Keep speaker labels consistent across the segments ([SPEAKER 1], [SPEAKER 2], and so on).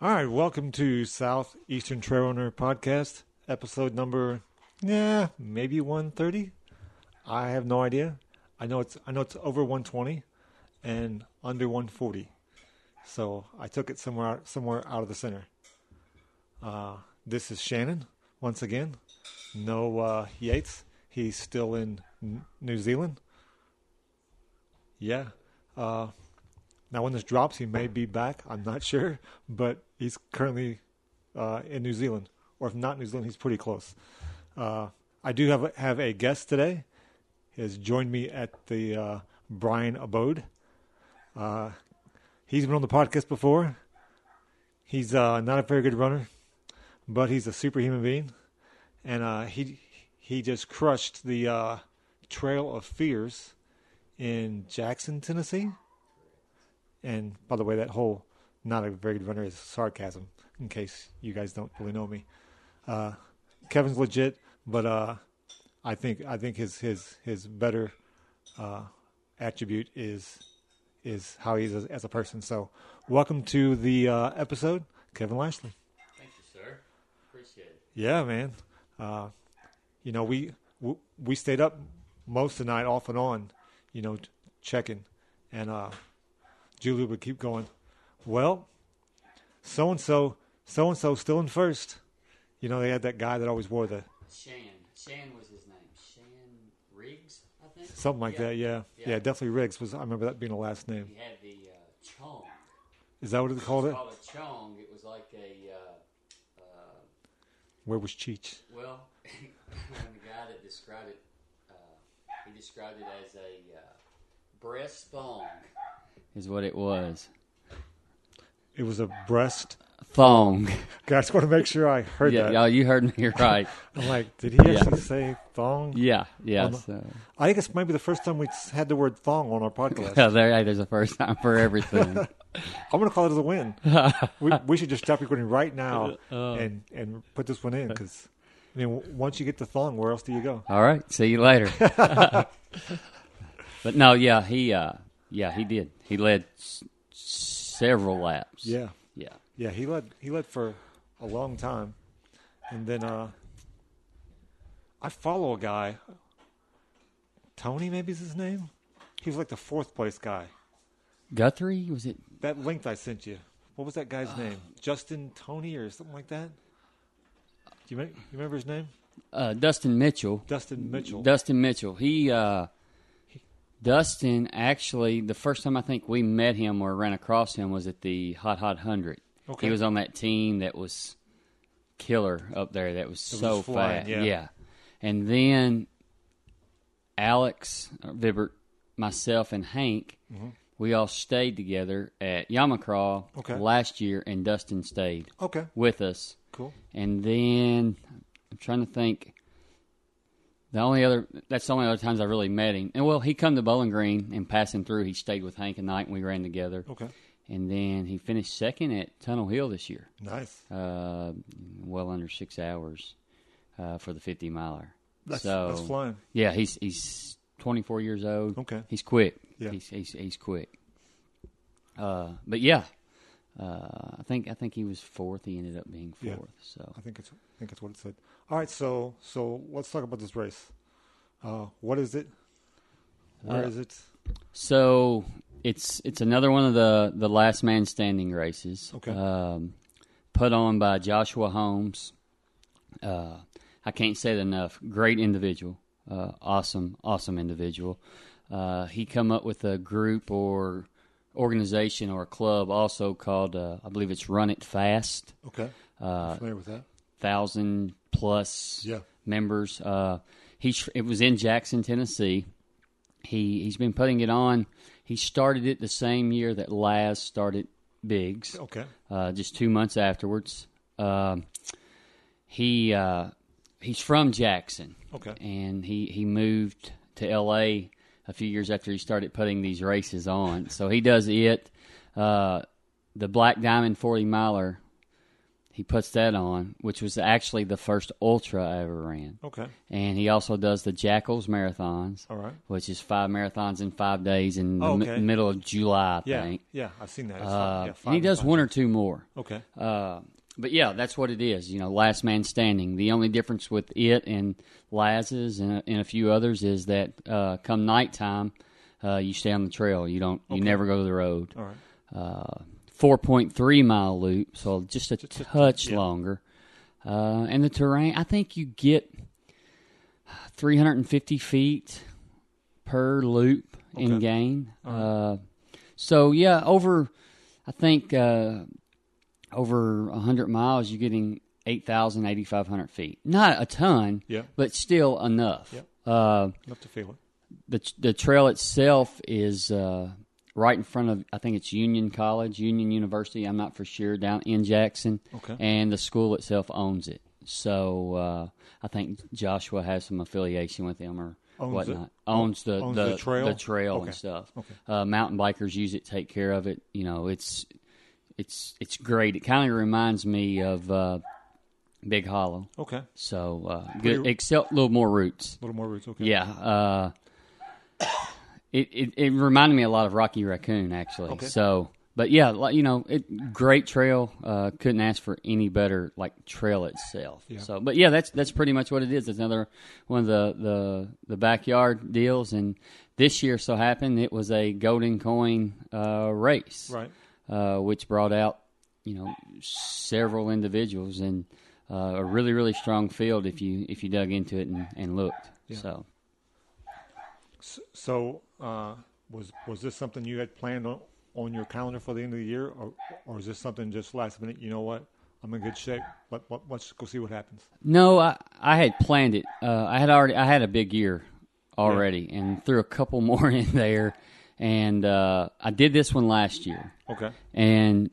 [SPEAKER 1] All right, welcome to Southeastern Trail Runner Podcast, episode number, yeah, maybe 130. I have no idea. I know it's I know it's over 120 and under 140. So I took it somewhere somewhere out of the center. Uh, this is Shannon once again. No uh, Yates. He's still in N- New Zealand. Yeah. Uh, now, when this drops, he may be back. I'm not sure, but he's currently uh, in New Zealand, or if not New Zealand, he's pretty close. Uh, I do have have a guest today. He has joined me at the uh, Brian Abode. Uh, he's been on the podcast before. He's uh, not a very good runner, but he's a superhuman being, and uh, he he just crushed the uh, Trail of Fears in Jackson, Tennessee. And by the way, that whole not a very good runner is sarcasm, in case you guys don't really know me. Uh, Kevin's legit, but uh, I think I think his his his better uh, attribute is is how he's as, as a person. So, welcome to the uh, episode, Kevin Lashley.
[SPEAKER 2] Thank you, sir. Appreciate it.
[SPEAKER 1] Yeah, man. Uh, you know, we, we we stayed up most of the night, off and on. You know, t- checking, and uh, Julie would keep going. Well, so and so, so and so, still in first. You know, they had that guy that always wore the
[SPEAKER 2] Shan. Shan was his name. Shan Riggs, I think.
[SPEAKER 1] something like that. Yeah. yeah,
[SPEAKER 2] Yeah.
[SPEAKER 1] definitely Riggs was. I remember that being the last name.
[SPEAKER 2] He had the uh, chong.
[SPEAKER 1] Is that what it's called?
[SPEAKER 2] It was
[SPEAKER 1] It
[SPEAKER 2] called a chong. It was like a uh, uh,
[SPEAKER 1] where was Cheech?
[SPEAKER 2] well, when the guy that described it, uh, he described it as a uh, breast thong. Is what it was.
[SPEAKER 1] It was a breast.
[SPEAKER 2] Thong.
[SPEAKER 1] God, I just want to make sure I heard
[SPEAKER 3] Yeah,
[SPEAKER 1] that.
[SPEAKER 3] y'all, you heard me right.
[SPEAKER 1] I'm like, did he
[SPEAKER 3] Yeah.
[SPEAKER 1] actually say thong?
[SPEAKER 3] yeah, yeah.
[SPEAKER 1] On the-
[SPEAKER 3] so-
[SPEAKER 1] I think it's maybe the first time we had the word thong on our podcast.
[SPEAKER 3] yeah, uh, there, hey, there's a first time for everything.
[SPEAKER 1] I'm going to call it as a win. we, we should just stop recording right now and, and put this one in because, I mean, w- once you get the thong, where else do you go?
[SPEAKER 3] All right, see you later. but no, yeah, he, uh, yeah, he did. He led s- several laps.
[SPEAKER 1] Yeah.
[SPEAKER 3] yeah.
[SPEAKER 1] Yeah, he led, he led for a long time. And then uh, I follow a guy, Tony, maybe is his name. He was like the fourth place guy.
[SPEAKER 3] Guthrie was it?
[SPEAKER 1] That link I sent you. What was that guy's name? Justin Tony or something like that? Do you, me- you remember his name?
[SPEAKER 3] Uh, Dustin Mitchell.
[SPEAKER 1] Dustin Mitchell.
[SPEAKER 3] Dustin Mitchell. He, uh, Dustin actually, the first time I think we met him or ran across him was at the Hot Hot Hundred.
[SPEAKER 1] Okay.
[SPEAKER 3] He was on that team that was killer up there. That was
[SPEAKER 1] was
[SPEAKER 3] so
[SPEAKER 1] flying,
[SPEAKER 3] fast.
[SPEAKER 1] yeah.
[SPEAKER 3] And then Alex Vibert, myself, and Hank,
[SPEAKER 1] Mm-hmm.
[SPEAKER 3] we all stayed together at Yamacraw
[SPEAKER 1] Okay.
[SPEAKER 3] last year, and Dustin stayed
[SPEAKER 1] okay,
[SPEAKER 3] with us.
[SPEAKER 1] cool.
[SPEAKER 3] And then I'm trying to think. The only other that's the only other times I really met him. And well, he come to Bowling Green and passing through, he stayed with Hank and Knight and we ran together.
[SPEAKER 1] Okay,
[SPEAKER 3] And then he finished second at Tunnel Hill this year,
[SPEAKER 1] nice.
[SPEAKER 3] uh, well under six hours uh, for the 50 miler.
[SPEAKER 1] That's,
[SPEAKER 3] so
[SPEAKER 1] that's flying.
[SPEAKER 3] yeah, he's he's 24 years old.
[SPEAKER 1] Okay.
[SPEAKER 3] he's quick.
[SPEAKER 1] Yeah.
[SPEAKER 3] he's he's, he's quick. Uh, but yeah, uh, I think I think he was fourth. He ended up being
[SPEAKER 1] Yeah.
[SPEAKER 3] fourth. So
[SPEAKER 1] I think it's I think it's what it said. All right, so so let's talk about this race. Uh, what is it? Where
[SPEAKER 3] Uh,
[SPEAKER 1] is it?
[SPEAKER 3] So it's it's another one of the the last man standing races.
[SPEAKER 1] Okay.
[SPEAKER 3] Um, put on by Joshua Holmes. Uh, I can't say it enough. Great individual. Uh, awesome, awesome individual. Uh, he come up with a group or organization or a club also called uh, I believe it's Run It Fast.
[SPEAKER 1] Okay,
[SPEAKER 3] Uh,
[SPEAKER 1] I'm familiar with that.
[SPEAKER 3] thousand plus
[SPEAKER 1] Yeah.
[SPEAKER 3] members. Uh, he tr- it was in Jackson, Tennessee. He he's been putting it on. He started it the same year that Laz started Biggs,
[SPEAKER 1] Okay,
[SPEAKER 3] uh, just two months afterwards. Um he uh, he's from Jackson,
[SPEAKER 1] okay,
[SPEAKER 3] and he he moved to L.A. a few years after he started putting these races on. so he does it. Uh, the Black Diamond 40 miler He puts that on, which was actually the first ultra I ever ran.
[SPEAKER 1] Okay.
[SPEAKER 3] And he also does the Jackals marathons,
[SPEAKER 1] All right.
[SPEAKER 3] which is five marathons in five days in the
[SPEAKER 1] Oh,
[SPEAKER 3] mi-
[SPEAKER 1] okay.
[SPEAKER 3] middle of July, I
[SPEAKER 1] Yeah.
[SPEAKER 3] think.
[SPEAKER 1] Yeah. I've seen that. It's
[SPEAKER 3] Uh,
[SPEAKER 1] fine. Yeah,
[SPEAKER 3] and he
[SPEAKER 1] fine,
[SPEAKER 3] does
[SPEAKER 1] fine.
[SPEAKER 3] one or two more.
[SPEAKER 1] Okay.
[SPEAKER 3] Uh, but yeah, that's what it is. You know, last man standing. The only difference with it and Laz's and, and a few others is that uh, come nighttime, uh, you stay on the trail. You don't. You never go to the road.
[SPEAKER 1] All right.
[SPEAKER 3] Uh, Four point three mile loop, so just a
[SPEAKER 1] a-
[SPEAKER 3] touch
[SPEAKER 1] yeah.
[SPEAKER 3] longer. Uh, and the terrain, I think you get 350 feet per loop in
[SPEAKER 1] Okay.
[SPEAKER 3] gain. Uh, so yeah, over I think uh, over 100 miles, you're getting 8,000, 8,500 feet. Not a ton,
[SPEAKER 1] Yeah.
[SPEAKER 3] but still enough.
[SPEAKER 1] Yep.
[SPEAKER 3] Uh,
[SPEAKER 1] Enough to feel it.
[SPEAKER 3] the the trail itself is uh, right in front of I think it's Union College, Union University. I'm not for sure down in Jackson,
[SPEAKER 1] Okay.
[SPEAKER 3] and the school itself owns it. So uh, I think Joshua has some affiliation with them or
[SPEAKER 1] Owns
[SPEAKER 3] whatnot. Owns the
[SPEAKER 1] owns
[SPEAKER 3] the,
[SPEAKER 1] the trail?
[SPEAKER 3] trail
[SPEAKER 1] Okay.
[SPEAKER 3] and stuff.
[SPEAKER 1] Okay.
[SPEAKER 3] Uh, mountain bikers use it, take care of it. You know, it's it's it's great. It kind of reminds me of uh, Big Hollow.
[SPEAKER 1] Okay. A
[SPEAKER 3] So uh,
[SPEAKER 1] Pretty-
[SPEAKER 3] good, except a little more roots.
[SPEAKER 1] little more roots. Okay.
[SPEAKER 3] Yeah. Uh, it, it it reminded me a lot of Rocky Raccoon actually.
[SPEAKER 1] Okay.
[SPEAKER 3] So, but yeah, like, you know, it great trail. Uh, couldn't ask for any better like trail itself.
[SPEAKER 1] Yeah.
[SPEAKER 3] So, but yeah, that's that's pretty much what it is. It's another one of the the the backyard deals, and this year so happened it was a golden coin uh, race
[SPEAKER 1] Right.
[SPEAKER 3] uh, which brought out you know several individuals and uh, a really really strong field if you if you dug into it and, and looked.
[SPEAKER 1] Yeah.
[SPEAKER 3] So
[SPEAKER 1] S- So, uh, was was this something you had planned on, on your calendar for the end of the year, or or is this something just last minute? You know what? I'm in good shape. Let, let, let's go see what happens.
[SPEAKER 3] no, I I had planned it. Uh, I had already I had a big year already and threw a couple more in there, and uh, I did this one last year.
[SPEAKER 1] Okay.
[SPEAKER 3] and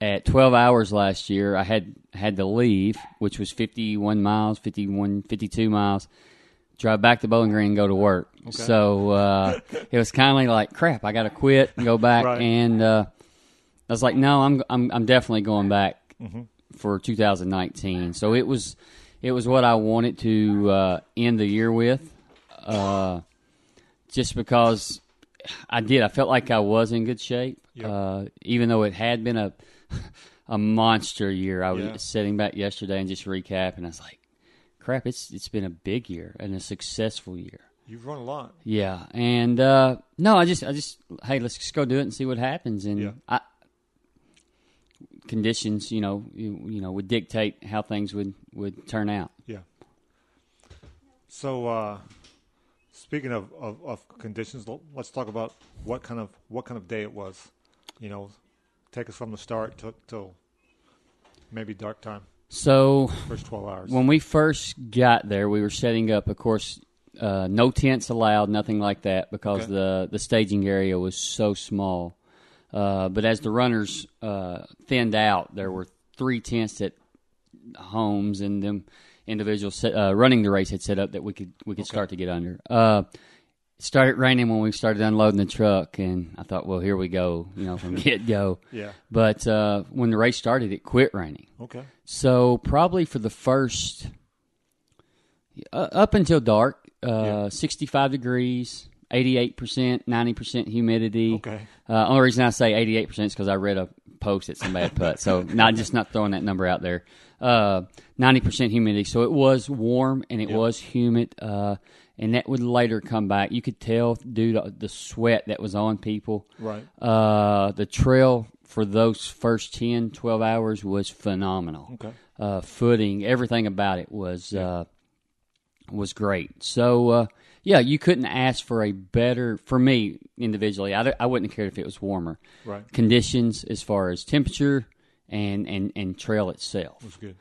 [SPEAKER 3] at 12 hours last year i had had to leave which was 51 miles 51 52 miles drive back to bowling green and go to work so uh, it was kind of like crap i gotta quit and go back
[SPEAKER 1] Right.
[SPEAKER 3] and uh, i was like no i'm i'm, I'm definitely going back for 2019 so it was it was what i wanted to uh, end the year with uh, just because I did. I felt like I was in good shape,
[SPEAKER 1] Yeah.
[SPEAKER 3] uh, even though it had been a a monster year. I was
[SPEAKER 1] Yeah.
[SPEAKER 3] sitting back yesterday and just recap, and I was like, "Crap, it's it's been a big year and a successful year."
[SPEAKER 1] You've run a lot.
[SPEAKER 3] Yeah, and uh, no, I just I just hey, let's just go do it and see what happens. And
[SPEAKER 1] Yeah.
[SPEAKER 3] I, conditions, you know, you, you know, would dictate how things would would turn out.
[SPEAKER 1] Yeah. So, uh, speaking of, of, of conditions, l- let's talk about what kind of what kind of day it was. You know, take us from the start to, till maybe dark time,
[SPEAKER 3] So
[SPEAKER 1] first twelve hours.
[SPEAKER 3] When we first got there, we were setting up, of course, uh, no tents allowed, nothing like that, because
[SPEAKER 1] Okay.
[SPEAKER 3] the, the staging area was so small. Uh, but as the runners uh, thinned out, there were three tents at homes and them individuals set, uh, running the race had set up that we could we could start to get under. Uh, it started raining when we started unloading the truck, and I thought, well, here we go, you know, from get go.
[SPEAKER 1] yeah.
[SPEAKER 3] But uh, when the race started, it quit raining.
[SPEAKER 1] Okay.
[SPEAKER 3] So probably for the first uh, up until dark, uh,
[SPEAKER 1] Yeah.
[SPEAKER 3] sixty-five degrees, eighty-eight percent, ninety percent humidity.
[SPEAKER 1] Okay.
[SPEAKER 3] Uh, only reason I say eighty-eight percent is because I read a post that somebody had put. So not just not throwing that number out there. Uh, Ninety percent humidity. So it was warm and it was humid. Uh, and that would later come back. You could tell due to the sweat that was on people.
[SPEAKER 1] Right.
[SPEAKER 3] Uh, the trail for those first 10, 12 hours was phenomenal
[SPEAKER 1] Okay.
[SPEAKER 3] uh, footing, everything about it was uh, was great. So uh, yeah, you couldn't ask for a better for me individually. I, d- I wouldn't have cared if it was warmer
[SPEAKER 1] Right.
[SPEAKER 3] conditions as far as temperature and and and trail itself.
[SPEAKER 1] was good.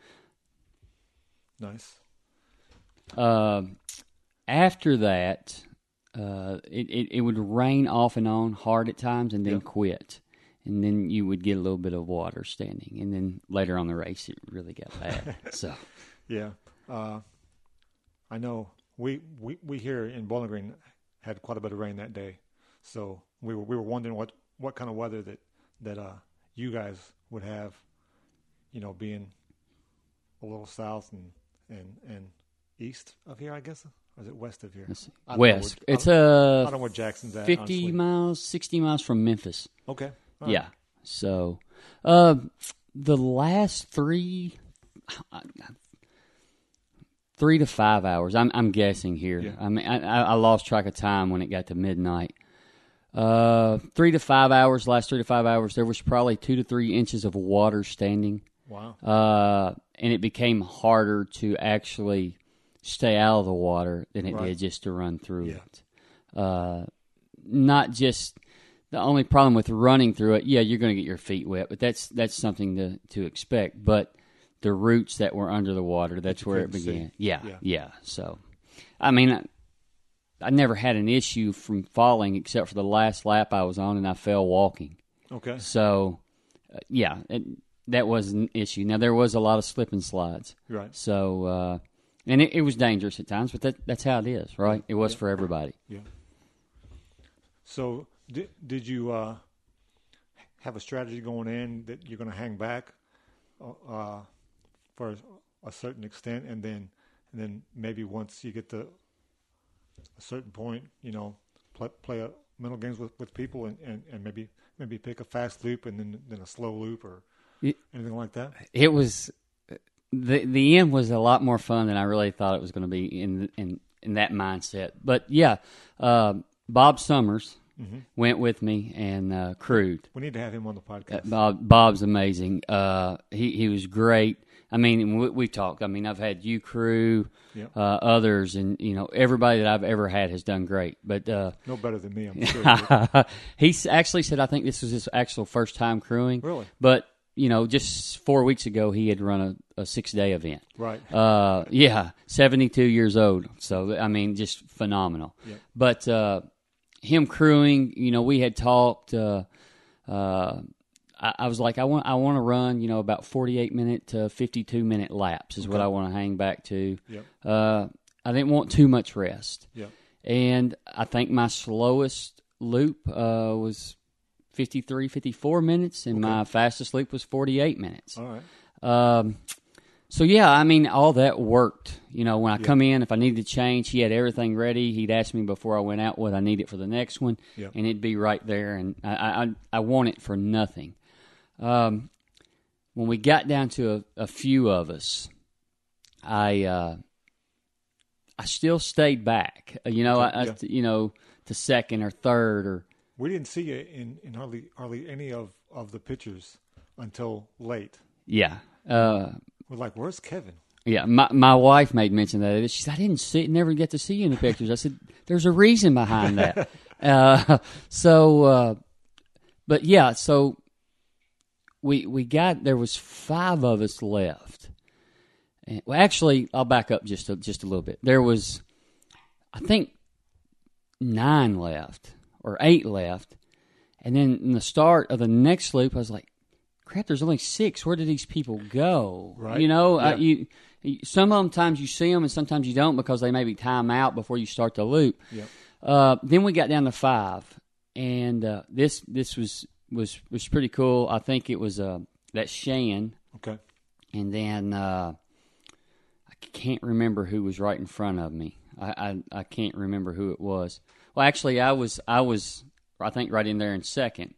[SPEAKER 1] Nice.
[SPEAKER 3] Um after that, uh, it, it it would rain off and on hard at times, and then quit. And then you would get a little bit of water standing, and then later on the race, it really got bad. so,
[SPEAKER 1] Yeah. Uh, I know we, we, we here in Bowling Green had quite a bit of rain that day. So we were, we were wondering what, what kind of weather that, that, uh, you guys would have you know, being a little south and and and east of here, I guess, or is it west of here?
[SPEAKER 3] Let's see.
[SPEAKER 1] I don't know
[SPEAKER 3] West.
[SPEAKER 1] where-
[SPEAKER 3] It's
[SPEAKER 1] I
[SPEAKER 3] uh,
[SPEAKER 1] don't, I don't know where Jackson's at.
[SPEAKER 3] 50
[SPEAKER 1] honestly.
[SPEAKER 3] miles, 60 miles from Memphis.
[SPEAKER 1] Okay. All right.
[SPEAKER 3] Yeah. So, uh, the last three, three to five hours. I'm I'm guessing here.
[SPEAKER 1] Yeah.
[SPEAKER 3] I mean, I, I I lost track of time when it got to midnight. Uh, three to five hours. Last three to five hours, there was probably two to three inches of water standing,
[SPEAKER 1] Wow.
[SPEAKER 3] uh, and it became harder to actually stay out of the water than it
[SPEAKER 1] Right.
[SPEAKER 3] did just to run through
[SPEAKER 1] Yeah.
[SPEAKER 3] it Uh, not just the only problem with running through it. Yeah, you're going to get your feet wet, but that's that's something to to expect. But the roots that were under the water, that's where it
[SPEAKER 1] couldn't see.
[SPEAKER 3] began. Yeah,
[SPEAKER 1] Yeah.
[SPEAKER 3] yeah, So, I mean, I, I never had an issue from falling except for the last lap I was on, and I fell walking.
[SPEAKER 1] Okay.
[SPEAKER 3] So, uh, yeah, it, that was an issue. Now there was a lot of slip and slides.
[SPEAKER 1] Right.
[SPEAKER 3] So, uh, and it, it was dangerous at times, but that, that's how it is, right? It was for everybody.
[SPEAKER 1] Yeah. So did, did you uh, have a strategy going in that you're going to hang back uh, for a certain extent, and then and then maybe once you get to a certain point, you know, play, play a mental games with, with people, and, and, and maybe maybe pick a fast loop and then then a slow loop or
[SPEAKER 3] Y-
[SPEAKER 1] anything like that.
[SPEAKER 3] it was uh, the the end was a lot more fun than I really thought it was going to be in in in that mindset. But yeah, uh, Bob Summers went with me and uh, crewed.
[SPEAKER 1] We need to have him on the
[SPEAKER 3] Uh,
[SPEAKER 1] podcast.
[SPEAKER 3] Bob, Bob's amazing. Uh, he he was great. I mean, and we, we've talked. I mean, I've had you crew,
[SPEAKER 1] Yep.
[SPEAKER 3] uh, others, and you know everybody that I've ever had has done great. But uh,
[SPEAKER 1] No better than me, I'm sure.
[SPEAKER 3] he s- actually said, I think this was his actual first time crewing.
[SPEAKER 1] Really?
[SPEAKER 3] But, you know, just four weeks ago, he had run a, a six day event.
[SPEAKER 1] right.
[SPEAKER 3] Uh, yeah, 72 years old. So, I mean, just phenomenal. But uh, him crewing, you know, we had talked. Uh, uh, I, I was like, I want, I want to run, you know, about 48 minute to 52 minute laps is what I want to hang back to.
[SPEAKER 1] Yep.
[SPEAKER 3] Uh, I didn't want too much rest
[SPEAKER 1] Yeah.
[SPEAKER 3] and I think my slowest loop uh, was 53, 54 minutes, and my fastest loop was 48 minutes.
[SPEAKER 1] All right.
[SPEAKER 3] Um, so, yeah, I mean, all that worked. You know, when I come in, if I needed to change, he had everything ready. He'd ask me before I went out what I needed for the next one,
[SPEAKER 1] Yep.
[SPEAKER 3] and it'd be right there, and I, I, I- I want it for nothing. Um, when we got down to a, a few of us, I uh, I still stayed back. uh, You know, I, I
[SPEAKER 1] Yeah.
[SPEAKER 3] you know to second or third or
[SPEAKER 1] We didn't see you in, in hardly hardly any of, of the pictures until late.
[SPEAKER 3] yeah. Uh,
[SPEAKER 1] We're like, where's Kevin?
[SPEAKER 3] yeah, my my wife made mention of that. She said, "I didn't see, never get to see you in the pictures." I said, "There's a reason behind that." uh, so, uh, but yeah, so we we got there was five of us left. And, well, actually, I'll back up just a, just a little bit. There was, I think, nine left or eight left, and then in the start of the next loop, I was like, "Crap, there's only six. Where did these people go?"
[SPEAKER 1] Right.
[SPEAKER 3] You know,
[SPEAKER 1] Yeah.
[SPEAKER 3] I, you. you- Some of them times you see them and sometimes you don't because they maybe time out before you start the loop.
[SPEAKER 1] Yep.
[SPEAKER 3] Uh, then we got down to five, and uh, this this was was was pretty cool. I think it was uh, that Shan,
[SPEAKER 1] Okay.
[SPEAKER 3] and then uh, I can't remember who was right in front of me. I, I I can't remember who it was. Well, actually, I was I was I think right in there in second,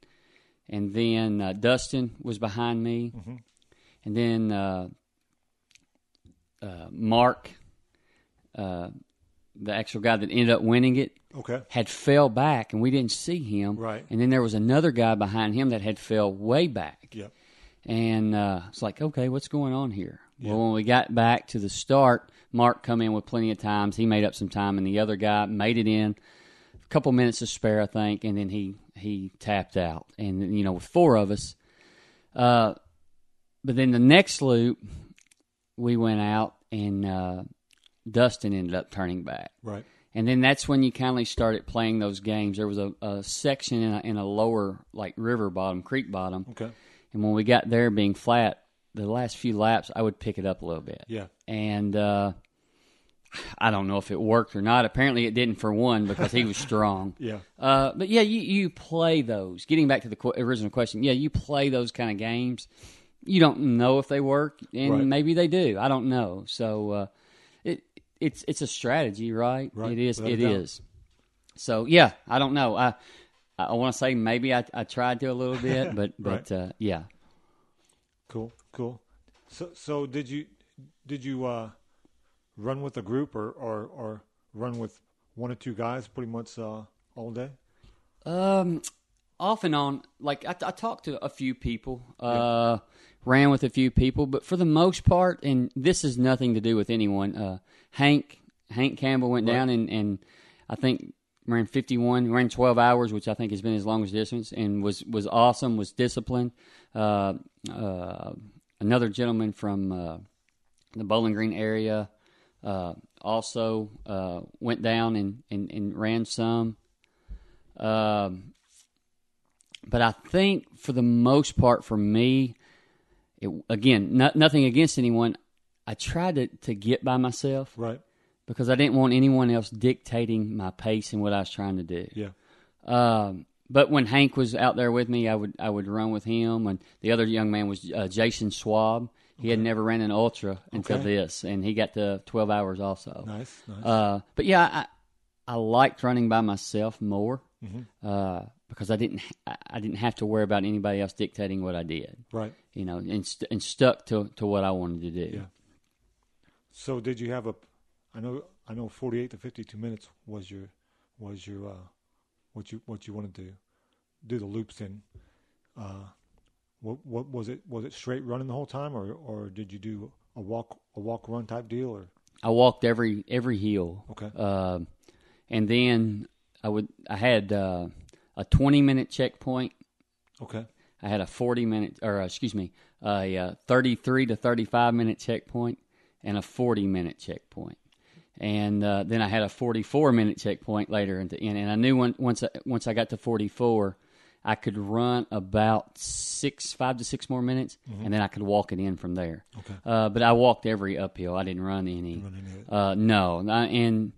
[SPEAKER 3] and then uh, Dustin was behind me, and then uh, uh, Mark, uh, the actual guy that ended up winning it,
[SPEAKER 1] Okay.
[SPEAKER 3] had fell back and we didn't see him.
[SPEAKER 1] Right.
[SPEAKER 3] And then there was another guy behind him that had fell way back.
[SPEAKER 1] Yep.
[SPEAKER 3] And uh, it's like, okay, what's going on here? Well, when we got back to the start, Mark come in with plenty of times. He made up some time, and the other guy made it in a couple minutes to spare, I think, and then he he tapped out. And you know, with four of us, uh, but then the next loop, we went out, and uh, Dustin ended up turning back.
[SPEAKER 1] Right.
[SPEAKER 3] And then that's when you kindly started playing those games. There was a, a section in a, in a lower, like river bottom, creek bottom.
[SPEAKER 1] Okay.
[SPEAKER 3] And when we got there being flat, the last few laps, I would pick it up a little bit.
[SPEAKER 1] Yeah.
[SPEAKER 3] And uh, I don't know if it worked or not. Apparently it didn't for one because he was strong.
[SPEAKER 1] Yeah.
[SPEAKER 3] Uh, but yeah, you, you play those. Getting back to the qu- original question, yeah, you play those kind of games. you don't know if they work, and
[SPEAKER 1] Right.
[SPEAKER 3] maybe they do. I don't know. So uh, it it's it's a strategy, right?
[SPEAKER 1] Right,
[SPEAKER 3] It is.
[SPEAKER 1] without a
[SPEAKER 3] It
[SPEAKER 1] doubt.
[SPEAKER 3] is. So yeah, I don't know. I I want to say maybe I, I tried to a little bit, but but uh, yeah,
[SPEAKER 1] Cool, cool. So, so did you did you uh, run with a group or, or or run with one or two guys pretty much uh, all day?
[SPEAKER 3] Um, off and on. Like I, I talked to a few people, uh, ran with a few people, but for the most part, and this is nothing to do with anyone. Uh, Hank Hank Campbell went down and and I think ran fifty one, ran twelve hours, which I think has been his longest distance, and was was awesome. Was disciplined. Uh, uh, another gentleman from uh, the Bowling Green area. Uh, also uh, went down and, and, and ran some. Um, but I think for the most part, for me, it, again, no, nothing against anyone. I tried to, to get by myself
[SPEAKER 1] Right.
[SPEAKER 3] because I didn't want anyone else dictating my pace and what I was trying to do.
[SPEAKER 1] Yeah.
[SPEAKER 3] Um, but when Hank was out there with me, I would I would run with him, and the other young man was uh, Jason Schwab. He had never ran an ultra until
[SPEAKER 1] Okay.
[SPEAKER 3] this, and he got to twelve hours also.
[SPEAKER 1] Nice. Nice.
[SPEAKER 3] Uh, but yeah, I I liked running by myself more uh, because I didn't I I didn't have to worry about anybody else dictating what I did,
[SPEAKER 1] right.
[SPEAKER 3] you know, and st- and stuck to to what I wanted to do.
[SPEAKER 1] Yeah. So did you have a? I know. I know. Forty-eight to fifty-two minutes was your was your uh, what you what you wanted to do the loops in. Uh, what what was it? Was it straight running the whole time, or or did you do a walk a walk run type deal? Or
[SPEAKER 3] I walked every every hill.
[SPEAKER 1] okay,
[SPEAKER 3] Um, and then I would I had uh, a 20 minute checkpoint.
[SPEAKER 1] okay,
[SPEAKER 3] I had a 40 minute or uh, excuse me, a uh, 33 to 35 minute checkpoint and a 40 minute checkpoint. And uh, then I had a 44 minute checkpoint later at the end. And I knew when, once I, once I got to 44 I could run about six, five to six more minutes, and then I could walk it in from there.
[SPEAKER 1] Okay.
[SPEAKER 3] Uh, but I walked every uphill. I didn't run any.
[SPEAKER 1] running it.
[SPEAKER 3] Uh, no, I, and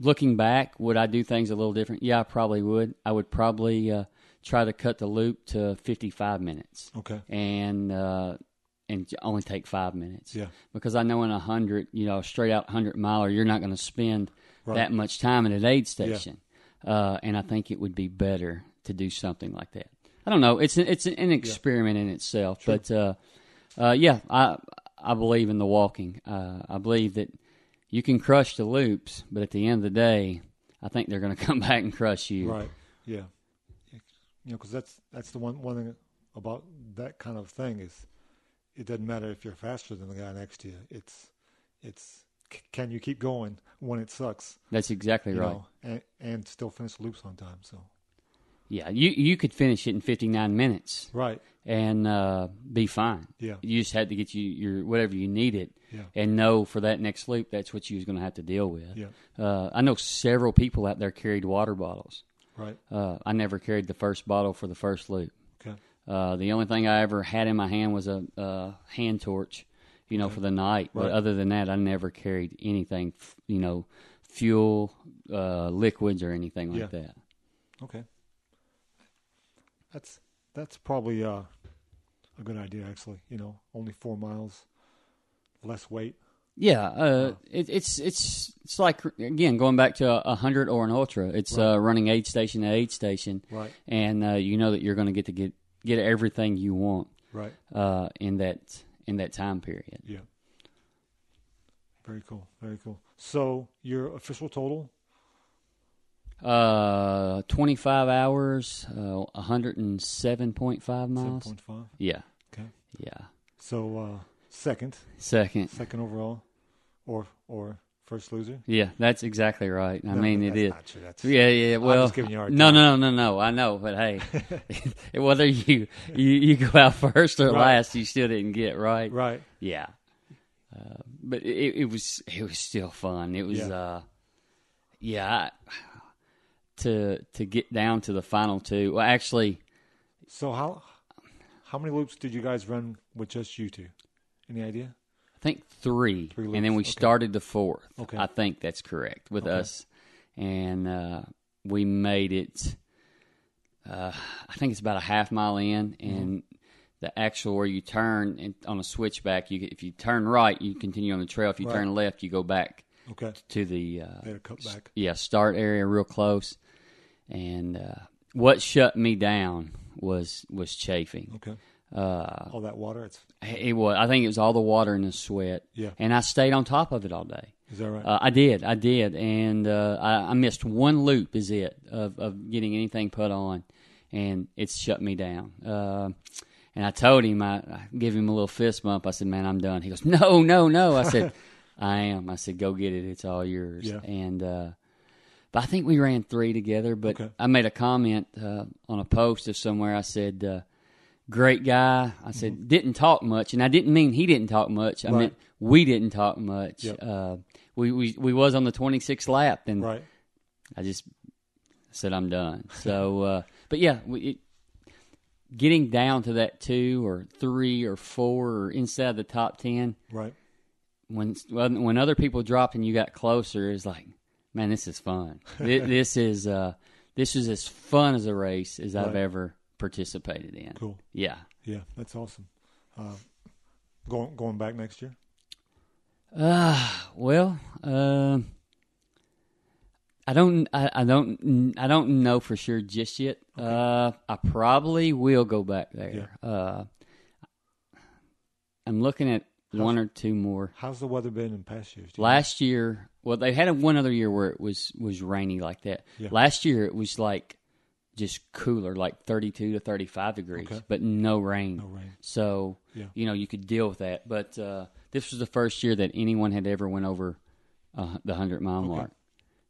[SPEAKER 3] looking back, would I do things a little different? Yeah, I probably would. I would probably uh, try to cut the loop to fifty-five minutes,
[SPEAKER 1] Okay,
[SPEAKER 3] and uh, and j- only take five minutes.
[SPEAKER 1] Yeah.
[SPEAKER 3] because I know in a hundred, you know, straight out hundred miler, you're not going to spend
[SPEAKER 1] Right.
[SPEAKER 3] that much time at an aid station. Uh, and I think it would be better to do something like that. I don't know. It's an, it's an experiment in itself, but uh, uh, yeah, I I believe in the walking. Uh, I believe that you can crush the loops, but at the end of the day, I think they're going to come back and crush you.
[SPEAKER 1] right, yeah, you know, because that's that's the one one thing about that kind of thing is it doesn't matter if you're faster than the guy next to you. It's it's c- can you keep going when it sucks?
[SPEAKER 3] That's exactly
[SPEAKER 1] you
[SPEAKER 3] right.
[SPEAKER 1] know, and, and still finish the loops on time. So
[SPEAKER 3] Yeah, you you could finish it in 59 minutes
[SPEAKER 1] right,
[SPEAKER 3] and uh, be fine.
[SPEAKER 1] Yeah.
[SPEAKER 3] you just had to get you your whatever you needed.
[SPEAKER 1] Yeah.
[SPEAKER 3] and know for that next loop that's what you was going to have to deal with.
[SPEAKER 1] Yeah.
[SPEAKER 3] Uh, I know several people out there carried water bottles.
[SPEAKER 1] right,
[SPEAKER 3] Uh, I never carried the first bottle for the first loop.
[SPEAKER 1] okay,
[SPEAKER 3] Uh, the only thing I ever had in my hand was a, uh hand torch, you know, for the night. But
[SPEAKER 1] Right.
[SPEAKER 3] other than that, I never carried anything, f- you know, fuel, uh, liquids, or anything like
[SPEAKER 1] Yeah.
[SPEAKER 3] that.
[SPEAKER 1] okay. That's that's probably uh, a good idea, actually. You know, only four miles, less weight.
[SPEAKER 3] Yeah, uh, it, it's it's it's like again going back to a, a hundred or an ultra. It's uh, running aid station to aid station,
[SPEAKER 1] Right,
[SPEAKER 3] and uh, you know that you're going to get to get get everything you want
[SPEAKER 1] right,
[SPEAKER 3] uh, in that in that time period.
[SPEAKER 1] yeah. Very cool, very cool. So your official total,
[SPEAKER 3] Uh, 25 hours, uh, 107.5
[SPEAKER 1] seven
[SPEAKER 3] miles.
[SPEAKER 1] point five.
[SPEAKER 3] Yeah,
[SPEAKER 1] Okay,
[SPEAKER 3] yeah.
[SPEAKER 1] so uh, second,
[SPEAKER 3] Second.
[SPEAKER 1] second overall, or or first loser.
[SPEAKER 3] Yeah, that's exactly right. I
[SPEAKER 1] No,
[SPEAKER 3] mean,
[SPEAKER 1] that's
[SPEAKER 3] it is.
[SPEAKER 1] not true. That's-
[SPEAKER 3] Yeah, yeah. Well,
[SPEAKER 1] just giving you a hard
[SPEAKER 3] no,
[SPEAKER 1] time.
[SPEAKER 3] no, no, no. I know, but hey, whether you, you you go out first or
[SPEAKER 1] Right.
[SPEAKER 3] last, you still didn't get right.
[SPEAKER 1] Right,
[SPEAKER 3] Yeah, uh, but it, it was it was still fun. It was,
[SPEAKER 1] Yeah.
[SPEAKER 3] uh, yeah. I, to to get down to the final two. Well, actually,
[SPEAKER 1] So how how many loops did you guys run with just you two? Any idea?
[SPEAKER 3] I think three,
[SPEAKER 1] Three
[SPEAKER 3] and then we
[SPEAKER 1] loops, okay.
[SPEAKER 3] started the fourth.
[SPEAKER 1] Okay.
[SPEAKER 3] I think that's correct with us, and uh, we
[SPEAKER 1] Mm-hmm.
[SPEAKER 3] made it. Uh, I think it's about a half mile in, and the actual where you turn and on a switchback. You if you turn right, you continue on the trail. If you
[SPEAKER 1] Right.
[SPEAKER 3] turn left, you go back
[SPEAKER 1] Okay.
[SPEAKER 3] to the uh,
[SPEAKER 1] Better cut back.
[SPEAKER 3] yeah start area real close. And uh, what shut me down was was chafing.
[SPEAKER 1] Okay.
[SPEAKER 3] Uh,
[SPEAKER 1] All that water. It's
[SPEAKER 3] it was. I think it was all the water and the sweat.
[SPEAKER 1] Yeah.
[SPEAKER 3] And I stayed on top of it all day.
[SPEAKER 1] is that right?
[SPEAKER 3] Uh, I did, I did, and uh, I, I missed one loop. Is it of, of getting anything put on, and it shut me down. Uh, and I told him, I, I gave him a little fist bump. I said, "Man, I'm done." He goes, "No, no, no." I said, "I am." I said, "Go get it. It's all yours."
[SPEAKER 1] Yeah.
[SPEAKER 3] And uh, but I think we ran three together. But
[SPEAKER 1] Okay.
[SPEAKER 3] I made a comment uh, on a post of somewhere. I said. Uh, Great guy. I said, didn't talk much. And I didn't mean he didn't talk much. I
[SPEAKER 1] Mm-hmm. Right.
[SPEAKER 3] meant we didn't talk much.
[SPEAKER 1] Yep.
[SPEAKER 3] Uh, we, we we was on the 26th lap, and
[SPEAKER 1] right.
[SPEAKER 3] I just said I'm done. So, uh, but yeah, we, it, getting down to that two or three or four or inside the top ten
[SPEAKER 1] Right.
[SPEAKER 3] when when, when other people dropped and you got closer is like, man, this is fun. this, this is uh, this is as fun as a race as I've
[SPEAKER 1] Right.
[SPEAKER 3] ever participated in.
[SPEAKER 1] Cool.
[SPEAKER 3] Yeah.
[SPEAKER 1] Yeah. That's awesome. Uh, going going back next year.
[SPEAKER 3] Ah, well, um, I don't, I, I don't, I don't know for sure just yet. Uh, I probably will go back there. Uh, I'm looking at one or two more.
[SPEAKER 1] How's the weather been in past years? Do you-
[SPEAKER 3] Last year, well, they had one other year where it was was rainy like that.
[SPEAKER 1] Yeah.
[SPEAKER 3] Last year, it was like just cooler, like 32 to 35 degrees,
[SPEAKER 1] Okay.
[SPEAKER 3] but no rain.
[SPEAKER 1] no rain.
[SPEAKER 3] So
[SPEAKER 1] Yeah.
[SPEAKER 3] you know you could deal with that. But uh, this was the first year that anyone had ever went over uh, the hundred mile mark.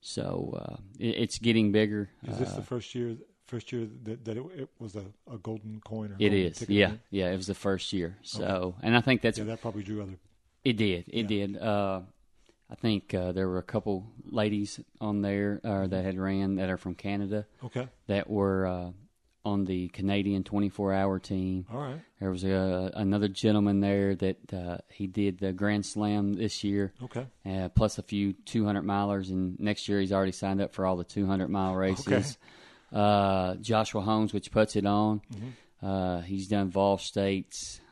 [SPEAKER 3] So uh, it, it's getting bigger. Uh,
[SPEAKER 1] Is this the first year? First year that, that it, it was a, a golden coin or
[SPEAKER 3] it
[SPEAKER 1] golden
[SPEAKER 3] is,
[SPEAKER 1] ticket,
[SPEAKER 3] yeah,
[SPEAKER 1] right?
[SPEAKER 3] yeah. It was the first year, so and I think that's
[SPEAKER 1] Yeah, that probably drew other.
[SPEAKER 3] it. Did it did? Uh, I think uh, there were a couple ladies on there uh,
[SPEAKER 1] Mm-hmm.
[SPEAKER 3] that had ran that are from Canada
[SPEAKER 1] Okay,
[SPEAKER 3] that were uh, on the Canadian twenty four hour team.
[SPEAKER 1] all right,
[SPEAKER 3] There was a, another gentleman there that uh, he did the Grand Slam this year,
[SPEAKER 1] okay,
[SPEAKER 3] uh, plus a few 200 milers, and next year he's already signed up for all the 200 mile races. Uh, Joshua Holmes, which puts it on, uh, he's done Vol States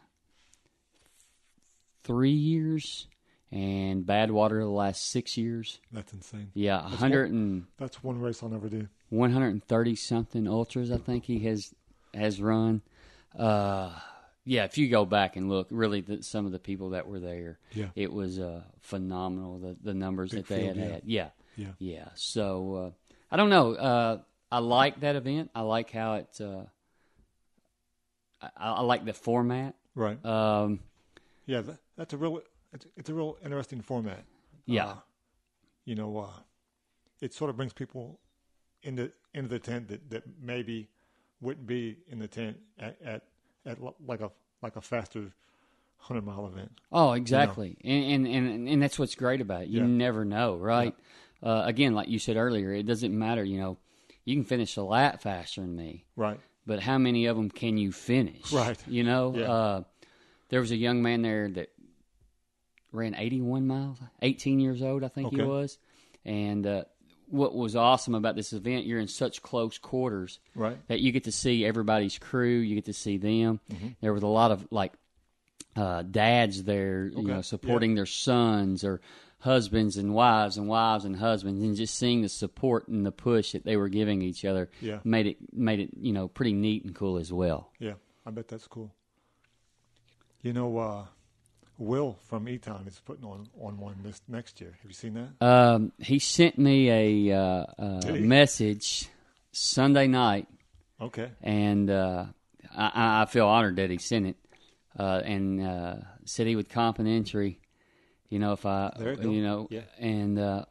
[SPEAKER 3] three years, and Badwater the last six years.
[SPEAKER 1] that's insane.
[SPEAKER 3] Yeah, 100 and
[SPEAKER 1] That's one race I'll never do.
[SPEAKER 3] 130 something ultras I think he has has run. Uh yeah, if you go back and look, really the, some of the people that were there,
[SPEAKER 1] Yeah.
[SPEAKER 3] it was uh phenomenal the the numbers
[SPEAKER 1] Big
[SPEAKER 3] that they
[SPEAKER 1] field,
[SPEAKER 3] had
[SPEAKER 1] yeah.
[SPEAKER 3] had. Yeah.
[SPEAKER 1] Yeah,
[SPEAKER 3] Yeah. So uh I don't know. Uh I like that event. I like how it uh I, I like the format.
[SPEAKER 1] right.
[SPEAKER 3] Um
[SPEAKER 1] Yeah, that, that's a real. It's, it's a real interesting format.
[SPEAKER 3] yeah.
[SPEAKER 1] Uh, you know, uh, it sort of brings people into into the tent that, that maybe wouldn't be in the tent at at, at li- like a like a faster hundred mile event.
[SPEAKER 3] Oh, exactly, and, and and and that's what's great about it. You
[SPEAKER 1] Yeah.
[SPEAKER 3] never know, right? Uh, again, like you said earlier, it doesn't matter. You know, you can finish a lap faster than me,
[SPEAKER 1] Right.
[SPEAKER 3] but how many of them can you finish?
[SPEAKER 1] Right.
[SPEAKER 3] You know,
[SPEAKER 1] Yeah.
[SPEAKER 3] uh, there was a young man there that ran 81 miles, 18 years old, I think he
[SPEAKER 1] Okay.
[SPEAKER 3] was. And uh, what was awesome about this event, you're in such close quarters
[SPEAKER 1] Right.
[SPEAKER 3] that you get to see everybody's crew. You get to see them.
[SPEAKER 1] Mm-hmm.
[SPEAKER 3] There was a lot of like uh, dads there, you
[SPEAKER 1] Okay,
[SPEAKER 3] know, supporting their sons or husbands and wives and wives and husbands, and just seeing the support and the push that they were giving each other
[SPEAKER 1] Yeah.
[SPEAKER 3] made it made it you know pretty neat and cool as well.
[SPEAKER 1] Yeah, I bet that's cool. You know, uh, Will from E Town is putting on, on one this next year. Have you seen that?
[SPEAKER 3] Um, he sent me a, uh, uh,
[SPEAKER 1] Did he?
[SPEAKER 3] message Sunday night
[SPEAKER 1] Okay.
[SPEAKER 3] and uh, I- I, I feel honored that he sent it, uh, and uh, said he would complimentary. You know, if I,
[SPEAKER 1] There you go.
[SPEAKER 3] you know,
[SPEAKER 1] Yeah.
[SPEAKER 3] and uh,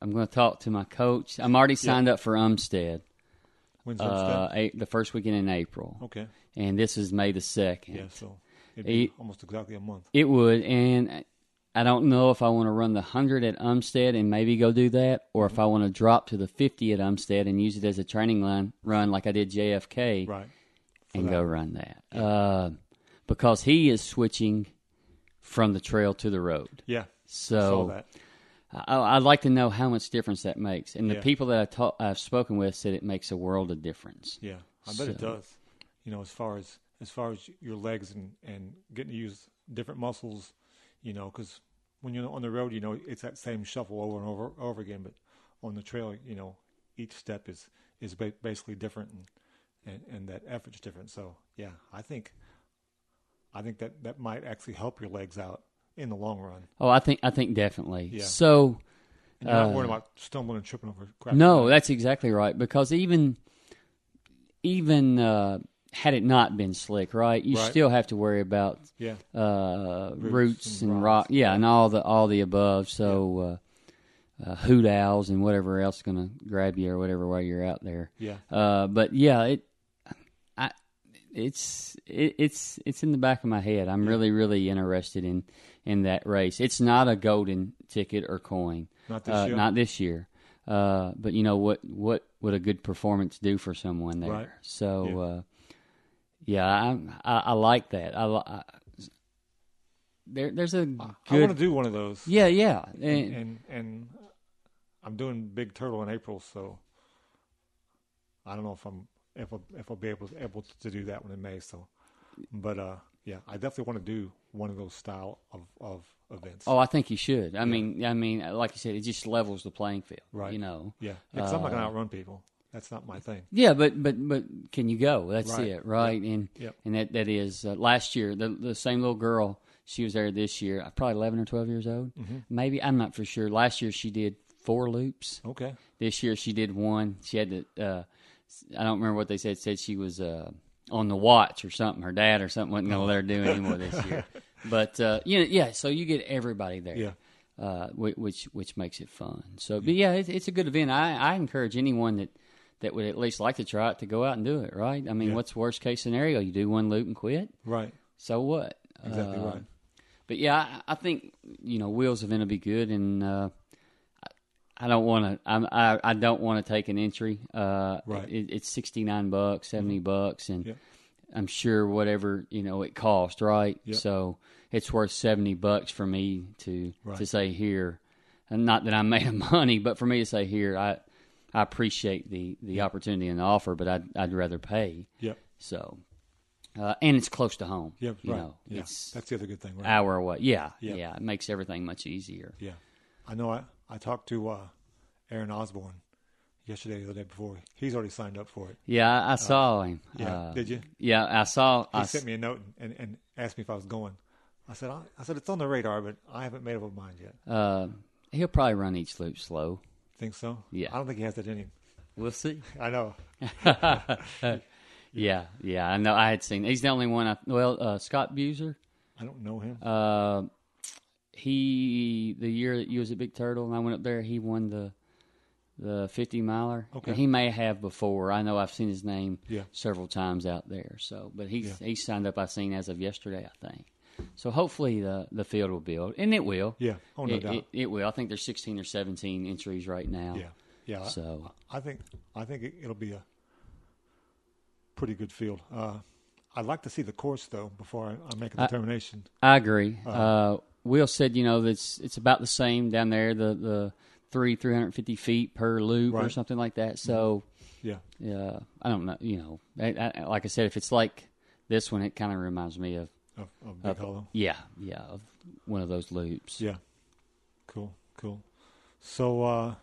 [SPEAKER 3] I'm going to talk to my coach. I'm already signed up for Umstead,
[SPEAKER 1] When's
[SPEAKER 3] uh,
[SPEAKER 1] that?
[SPEAKER 3] a, the first weekend in April,
[SPEAKER 1] Okay.
[SPEAKER 3] and this is May the second.
[SPEAKER 1] Yeah, so it'd be
[SPEAKER 3] Eight.
[SPEAKER 1] almost exactly a month.
[SPEAKER 3] It would, and I- I don't know if I want to run the hundred at Umstead and maybe go do that, or
[SPEAKER 1] Mm-hmm.
[SPEAKER 3] if I want to drop to the fifty at Umstead and use it as a training line run like I did JFK
[SPEAKER 1] Right.
[SPEAKER 3] and go run that uh, because he is switching from the trail to the road.
[SPEAKER 1] Yeah. I saw
[SPEAKER 3] So
[SPEAKER 1] that.
[SPEAKER 3] I, I'd like to know how much difference that makes. And the
[SPEAKER 1] Yeah.
[SPEAKER 3] people that I talk, I've spoken with said it makes a world of difference.
[SPEAKER 1] Yeah. I bet it does. You know, as far as as far as your legs and, and getting to use different muscles, you know, because when you're on the road, you know, it's that same shuffle over and over over again. But on the trail, you know, each step is is ba- basically different, and, and and that effort's different. So yeah, I think I think that that might actually help your legs out in the long run.
[SPEAKER 3] Oh, I think I think definitely.
[SPEAKER 1] Yeah.
[SPEAKER 3] So
[SPEAKER 1] And you're
[SPEAKER 3] Uh,
[SPEAKER 1] not worried about stumbling and tripping over crap.
[SPEAKER 3] no, that's exactly right. Because even even uh, had it not been slick, right, you
[SPEAKER 1] Right.
[SPEAKER 3] still have to worry about
[SPEAKER 1] yeah,
[SPEAKER 3] uh, roots,
[SPEAKER 1] Roots
[SPEAKER 3] and,
[SPEAKER 1] and
[SPEAKER 3] rock,
[SPEAKER 1] rocks.
[SPEAKER 3] yeah, and all the all the above. So uh, uh, hoot owls and whatever else going to grab you or whatever while you're out there.
[SPEAKER 1] yeah,
[SPEAKER 3] Uh, but yeah, it, I, it's it, it's it's in the back of my head. I'm really really interested in in that race. It's not a golden ticket or coin.
[SPEAKER 1] Not this
[SPEAKER 3] uh,
[SPEAKER 1] year.
[SPEAKER 3] Not this year. Uh, but you know what? What would a good performance do for someone there?
[SPEAKER 1] Right.
[SPEAKER 3] So, yeah, uh, yeah I, I I like that. I, li- I there there's a good
[SPEAKER 1] I want to do one of those.
[SPEAKER 3] yeah yeah and,
[SPEAKER 1] and and I'm doing Big Turtle in April, so I don't know if I'm if I'll, if I'll be able able to do that one in May. So, but uh, yeah, I definitely want to do one of those style of of events.
[SPEAKER 3] oh I think you should. I mean I mean like you said, it just levels the playing field.
[SPEAKER 1] Right.
[SPEAKER 3] You know.
[SPEAKER 1] yeah, because I'm not
[SPEAKER 3] uh,
[SPEAKER 1] gonna outrun people. That's not my thing.
[SPEAKER 3] Yeah, but but but can you go? That's
[SPEAKER 1] Right.
[SPEAKER 3] it, right? And
[SPEAKER 1] Yep.
[SPEAKER 3] and that that is uh, last year. The the same little girl, she was there this year. uh, Probably eleven or twelve years old,
[SPEAKER 1] Mm-hmm.
[SPEAKER 3] maybe. I'm not for sure. Last year she did four loops.
[SPEAKER 1] Okay,
[SPEAKER 3] This year she did one. She had to. Uh, I don't remember what they said. Said she was uh, on the watch or something. Her dad or something wasn't going to let her do anymore this year. But uh, you know, yeah. So you get everybody there
[SPEAKER 1] yeah,
[SPEAKER 3] uh, whi- which which makes it fun. So, but yeah, it's, it's a good event. I, I encourage anyone that that would at least like to try it to go out and do it. Right? I mean,
[SPEAKER 1] Yeah.
[SPEAKER 3] what's worst case scenario? You do one loop and quit.
[SPEAKER 1] right,
[SPEAKER 3] So what?
[SPEAKER 1] exactly
[SPEAKER 3] Uh,
[SPEAKER 1] right.
[SPEAKER 3] But yeah, I, I think you know wheels event will be good, and uh, I, I don't want to. I I don't want to take an entry. Uh,
[SPEAKER 1] Right. Mm-hmm.
[SPEAKER 3] It, it's sixty nine bucks, 70 bucks, and
[SPEAKER 1] Yeah.
[SPEAKER 3] I'm sure whatever you know it cost, right?
[SPEAKER 1] Yeah.
[SPEAKER 3] So it's worth seventy bucks for me to
[SPEAKER 1] Right.
[SPEAKER 3] to say here, and not that I made money, but for me to say here, I I appreciate the the opportunity and the offer, but I'd I'd rather pay.
[SPEAKER 1] Yeah,
[SPEAKER 3] So, uh, and it's close to home.
[SPEAKER 1] yeah,
[SPEAKER 3] you
[SPEAKER 1] right.
[SPEAKER 3] know,
[SPEAKER 1] yeah,
[SPEAKER 3] it's
[SPEAKER 1] that's the other good thing, right?
[SPEAKER 3] hour away. Yeah,
[SPEAKER 1] Yeah.
[SPEAKER 3] yeah. It makes everything much easier.
[SPEAKER 1] Yeah, I know. I I talked to uh, Aaron Osborne yesterday, or the day before. He's already signed up for it.
[SPEAKER 3] Yeah, I, I saw him.
[SPEAKER 1] Yeah,
[SPEAKER 3] Uh,
[SPEAKER 1] did you?
[SPEAKER 3] yeah, I saw.
[SPEAKER 1] He
[SPEAKER 3] I,
[SPEAKER 1] sent me a note and, and asked me if I was going. I said, I, I said it's on the radar, but I haven't made up my mind yet.
[SPEAKER 3] uh, he'll probably run each loop slow.
[SPEAKER 1] Think so?
[SPEAKER 3] Yeah.
[SPEAKER 1] I don't think he has that in him.
[SPEAKER 3] We'll see.
[SPEAKER 1] I know.
[SPEAKER 3] Yeah, yeah. I know. I had seen. He's the only one. I well, uh, Scott Buser.
[SPEAKER 1] I don't know him.
[SPEAKER 3] Uh, he the year that you was at Big Turtle and I went up there, he won the the fifty miler.
[SPEAKER 1] Okay.
[SPEAKER 3] And he may have before. I know I've seen his name
[SPEAKER 1] Yeah.
[SPEAKER 3] several times out there. So, but he's he's signed up. I've seen as of yesterday, I think. So hopefully the the field will build, and it will.
[SPEAKER 1] yeah. Oh no
[SPEAKER 3] it,
[SPEAKER 1] doubt.
[SPEAKER 3] it, it will. I think there's sixteen or seventeen entries right now.
[SPEAKER 1] yeah. Yeah. I-
[SPEAKER 3] uh, So
[SPEAKER 1] I, think I think it, it'll be a pretty good field. Uh, I'd like to see the course though before I, I
[SPEAKER 3] Uh,
[SPEAKER 1] make a determination.
[SPEAKER 3] I agree.
[SPEAKER 1] Uh-huh.
[SPEAKER 3] Uh, Will said, you know, that's it's about the same down there, the the three three hundred fifty feet per loop or
[SPEAKER 1] Right. Mm-hmm.
[SPEAKER 3] something like that. So
[SPEAKER 1] yeah.
[SPEAKER 3] yeah, I don't know. You know, I, I, like I said, if it's like this one, it kind of reminds me of
[SPEAKER 1] Of, of Big Hollow.
[SPEAKER 3] yeah, yeah, of one of those loops.
[SPEAKER 1] Yeah. Cool. Cool. So uh,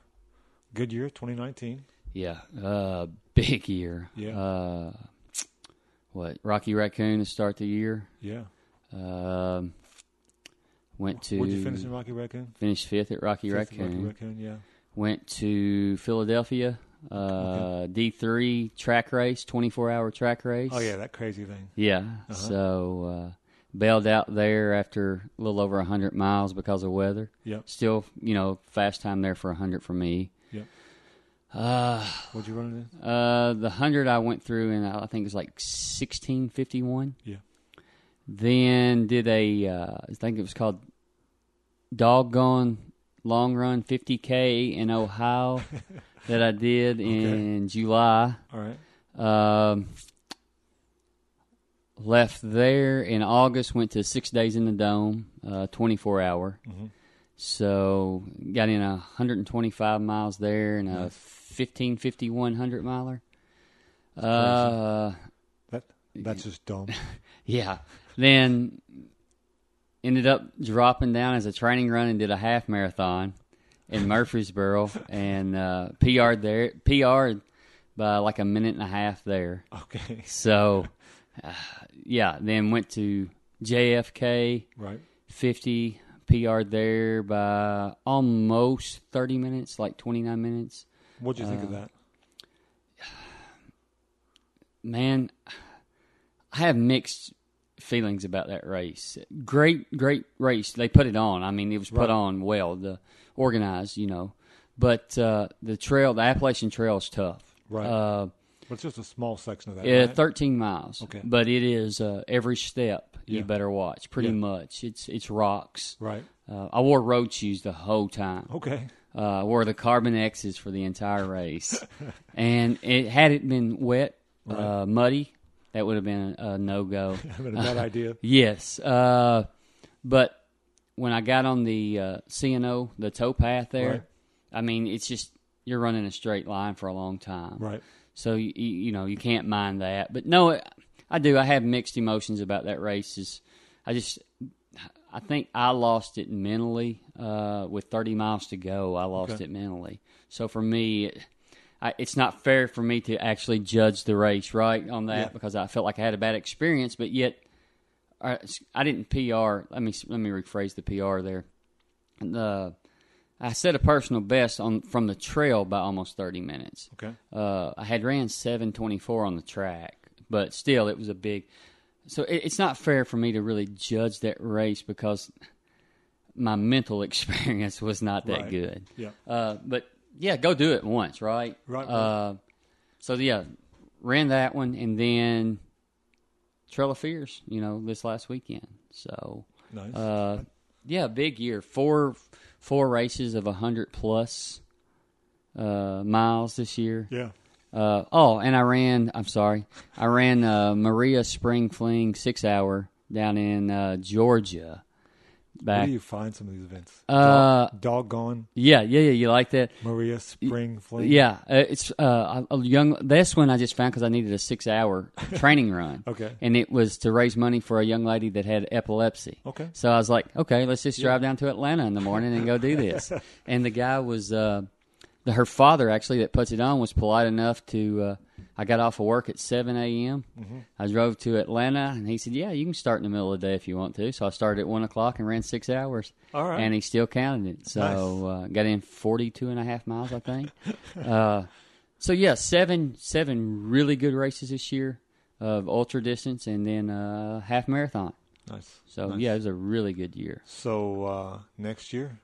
[SPEAKER 1] good year, 2019.
[SPEAKER 3] Yeah, uh, big year.
[SPEAKER 1] Yeah.
[SPEAKER 3] Uh, what Rocky Raccoon to start the year?
[SPEAKER 1] Yeah.
[SPEAKER 3] Um, went to
[SPEAKER 1] Would you finish in Rocky Raccoon?
[SPEAKER 3] finished fifth at Rocky
[SPEAKER 1] Fifth in
[SPEAKER 3] Raccoon.
[SPEAKER 1] Rocky Raccoon. Yeah.
[SPEAKER 3] went to Philadelphia, uh, D3 track race, 24 hour track race.
[SPEAKER 1] Oh yeah, that crazy thing.
[SPEAKER 3] Yeah.
[SPEAKER 1] Uh-huh.
[SPEAKER 3] So, uh, bailed out there after a little over 100 miles because of weather.
[SPEAKER 1] Yep.
[SPEAKER 3] Still, you know, fast time there for 100 for me.
[SPEAKER 1] Yep.
[SPEAKER 3] Uh,
[SPEAKER 1] What'd you run it in?
[SPEAKER 3] uh, the 100 I went through, and I think it was like 1651.
[SPEAKER 1] Yeah.
[SPEAKER 3] Then did a, uh, I think it was called Doggone Long Run 50K in Ohio that I did in July.
[SPEAKER 1] All right.
[SPEAKER 3] Um, left there in August, went to six days in the dome, uh, 24 hour.
[SPEAKER 1] Mm-hmm.
[SPEAKER 3] So got in a 125 miles there and a
[SPEAKER 1] Nice.
[SPEAKER 3] 15, 51 hundred miler. Uh,
[SPEAKER 1] That That's just dumb.
[SPEAKER 3] Yeah. Then ended up dropping down as a training run and did a half marathon in Murfreesboro and uh, PR'd there, PR'd by like a minute and a half there.
[SPEAKER 1] Okay,
[SPEAKER 3] So, uh, yeah, then went to JFK
[SPEAKER 1] right.
[SPEAKER 3] 50, PR'd there by almost 30 minutes, like 29 minutes.
[SPEAKER 1] What'd you think
[SPEAKER 3] Uh,
[SPEAKER 1] of that?
[SPEAKER 3] man, I have mixed feelings about that race. Great, great race. They put it on. I mean, it was put
[SPEAKER 1] Right.
[SPEAKER 3] on well, the organized, you know. But uh, the trail, the Appalachian Trail, is tough.
[SPEAKER 1] Right.
[SPEAKER 3] Uh,
[SPEAKER 1] But it's just a small section of that.
[SPEAKER 3] yeah,
[SPEAKER 1] right?
[SPEAKER 3] thirteen miles.
[SPEAKER 1] Okay.
[SPEAKER 3] But it is uh, every step.
[SPEAKER 1] Yeah.
[SPEAKER 3] You better watch. Pretty
[SPEAKER 1] Yeah.
[SPEAKER 3] much, it's it's rocks.
[SPEAKER 1] right.
[SPEAKER 3] Uh, I wore road shoes the whole time
[SPEAKER 1] Okay.
[SPEAKER 3] uh, wore the carbon X's for the entire race, and it had it been wet, uh, muddy, that would have been a, a no go.
[SPEAKER 1] I mean, a bad idea.
[SPEAKER 3] yes, uh, but when I got on the uh, CNO, the tow path there,
[SPEAKER 1] Right.
[SPEAKER 3] I mean, it's just you're running a straight line for a long time,
[SPEAKER 1] Right.
[SPEAKER 3] so you, you you know you can't mind that. But no, I- I do. I have mixed emotions about that race. Is I just I think I lost it mentally uh, with 30 miles to go. I lost
[SPEAKER 1] Okay.
[SPEAKER 3] it mentally. So for me, it, I, it's not fair for me to actually judge the race right on that
[SPEAKER 1] Yeah.
[SPEAKER 3] because I felt like I had a bad experience, but yet I, I didn't PR. Let me let me rephrase the PR there. The I set a personal best on from the trail by almost 30 minutes.
[SPEAKER 1] Okay.
[SPEAKER 3] Uh, I had ran 724 on the track, but still, it was a big. So it, it's not fair for me to really judge that race because my mental experience was not that
[SPEAKER 1] Right.
[SPEAKER 3] good.
[SPEAKER 1] Yeah.
[SPEAKER 3] Uh, but yeah, go do it once, right?
[SPEAKER 1] Right, right.
[SPEAKER 3] Uh, so yeah, ran that one and then Trail of Fears, you know, this last weekend. So
[SPEAKER 1] Nice.
[SPEAKER 3] uh, yeah, big year. Four four races of hundred plus uh, miles this year.
[SPEAKER 1] yeah.
[SPEAKER 3] Uh, oh, and I ran. I'm sorry, I ran uh, Maria Spring Fling six hour down in uh, Georgia.
[SPEAKER 1] Where
[SPEAKER 3] Back,
[SPEAKER 1] do you find some of these events?
[SPEAKER 3] Uh,
[SPEAKER 1] Dog, doggone
[SPEAKER 3] yeah, yeah, yeah. You like that?
[SPEAKER 1] Maria Spring Fling.
[SPEAKER 3] Yeah, uh, it's uh, a a young. That's when I just found because I needed a six hour training run.
[SPEAKER 1] Okay.
[SPEAKER 3] and it was to raise money for a young lady that had epilepsy.
[SPEAKER 1] Okay.
[SPEAKER 3] so I was like, okay, let's just drive down to Atlanta in the morning and go do this. and the guy was, uh, the, her father actually that puts it on was polite enough to. Uh, I got off of work at seven a.m.
[SPEAKER 1] Mm-hmm.
[SPEAKER 3] I drove to Atlanta, and he said, "Yeah, you can start in the middle of the day if you want to." So I started at one o'clock and ran six hours.
[SPEAKER 1] All right.
[SPEAKER 3] and he still counted it. So uh, got in 42 and a half miles, I think. uh, so yeah, seven seven really good races this year of ultra distance and then uh, half marathon.
[SPEAKER 1] Nice.
[SPEAKER 3] So
[SPEAKER 1] Nice.
[SPEAKER 3] yeah, it was a really good year.
[SPEAKER 1] So uh, next year,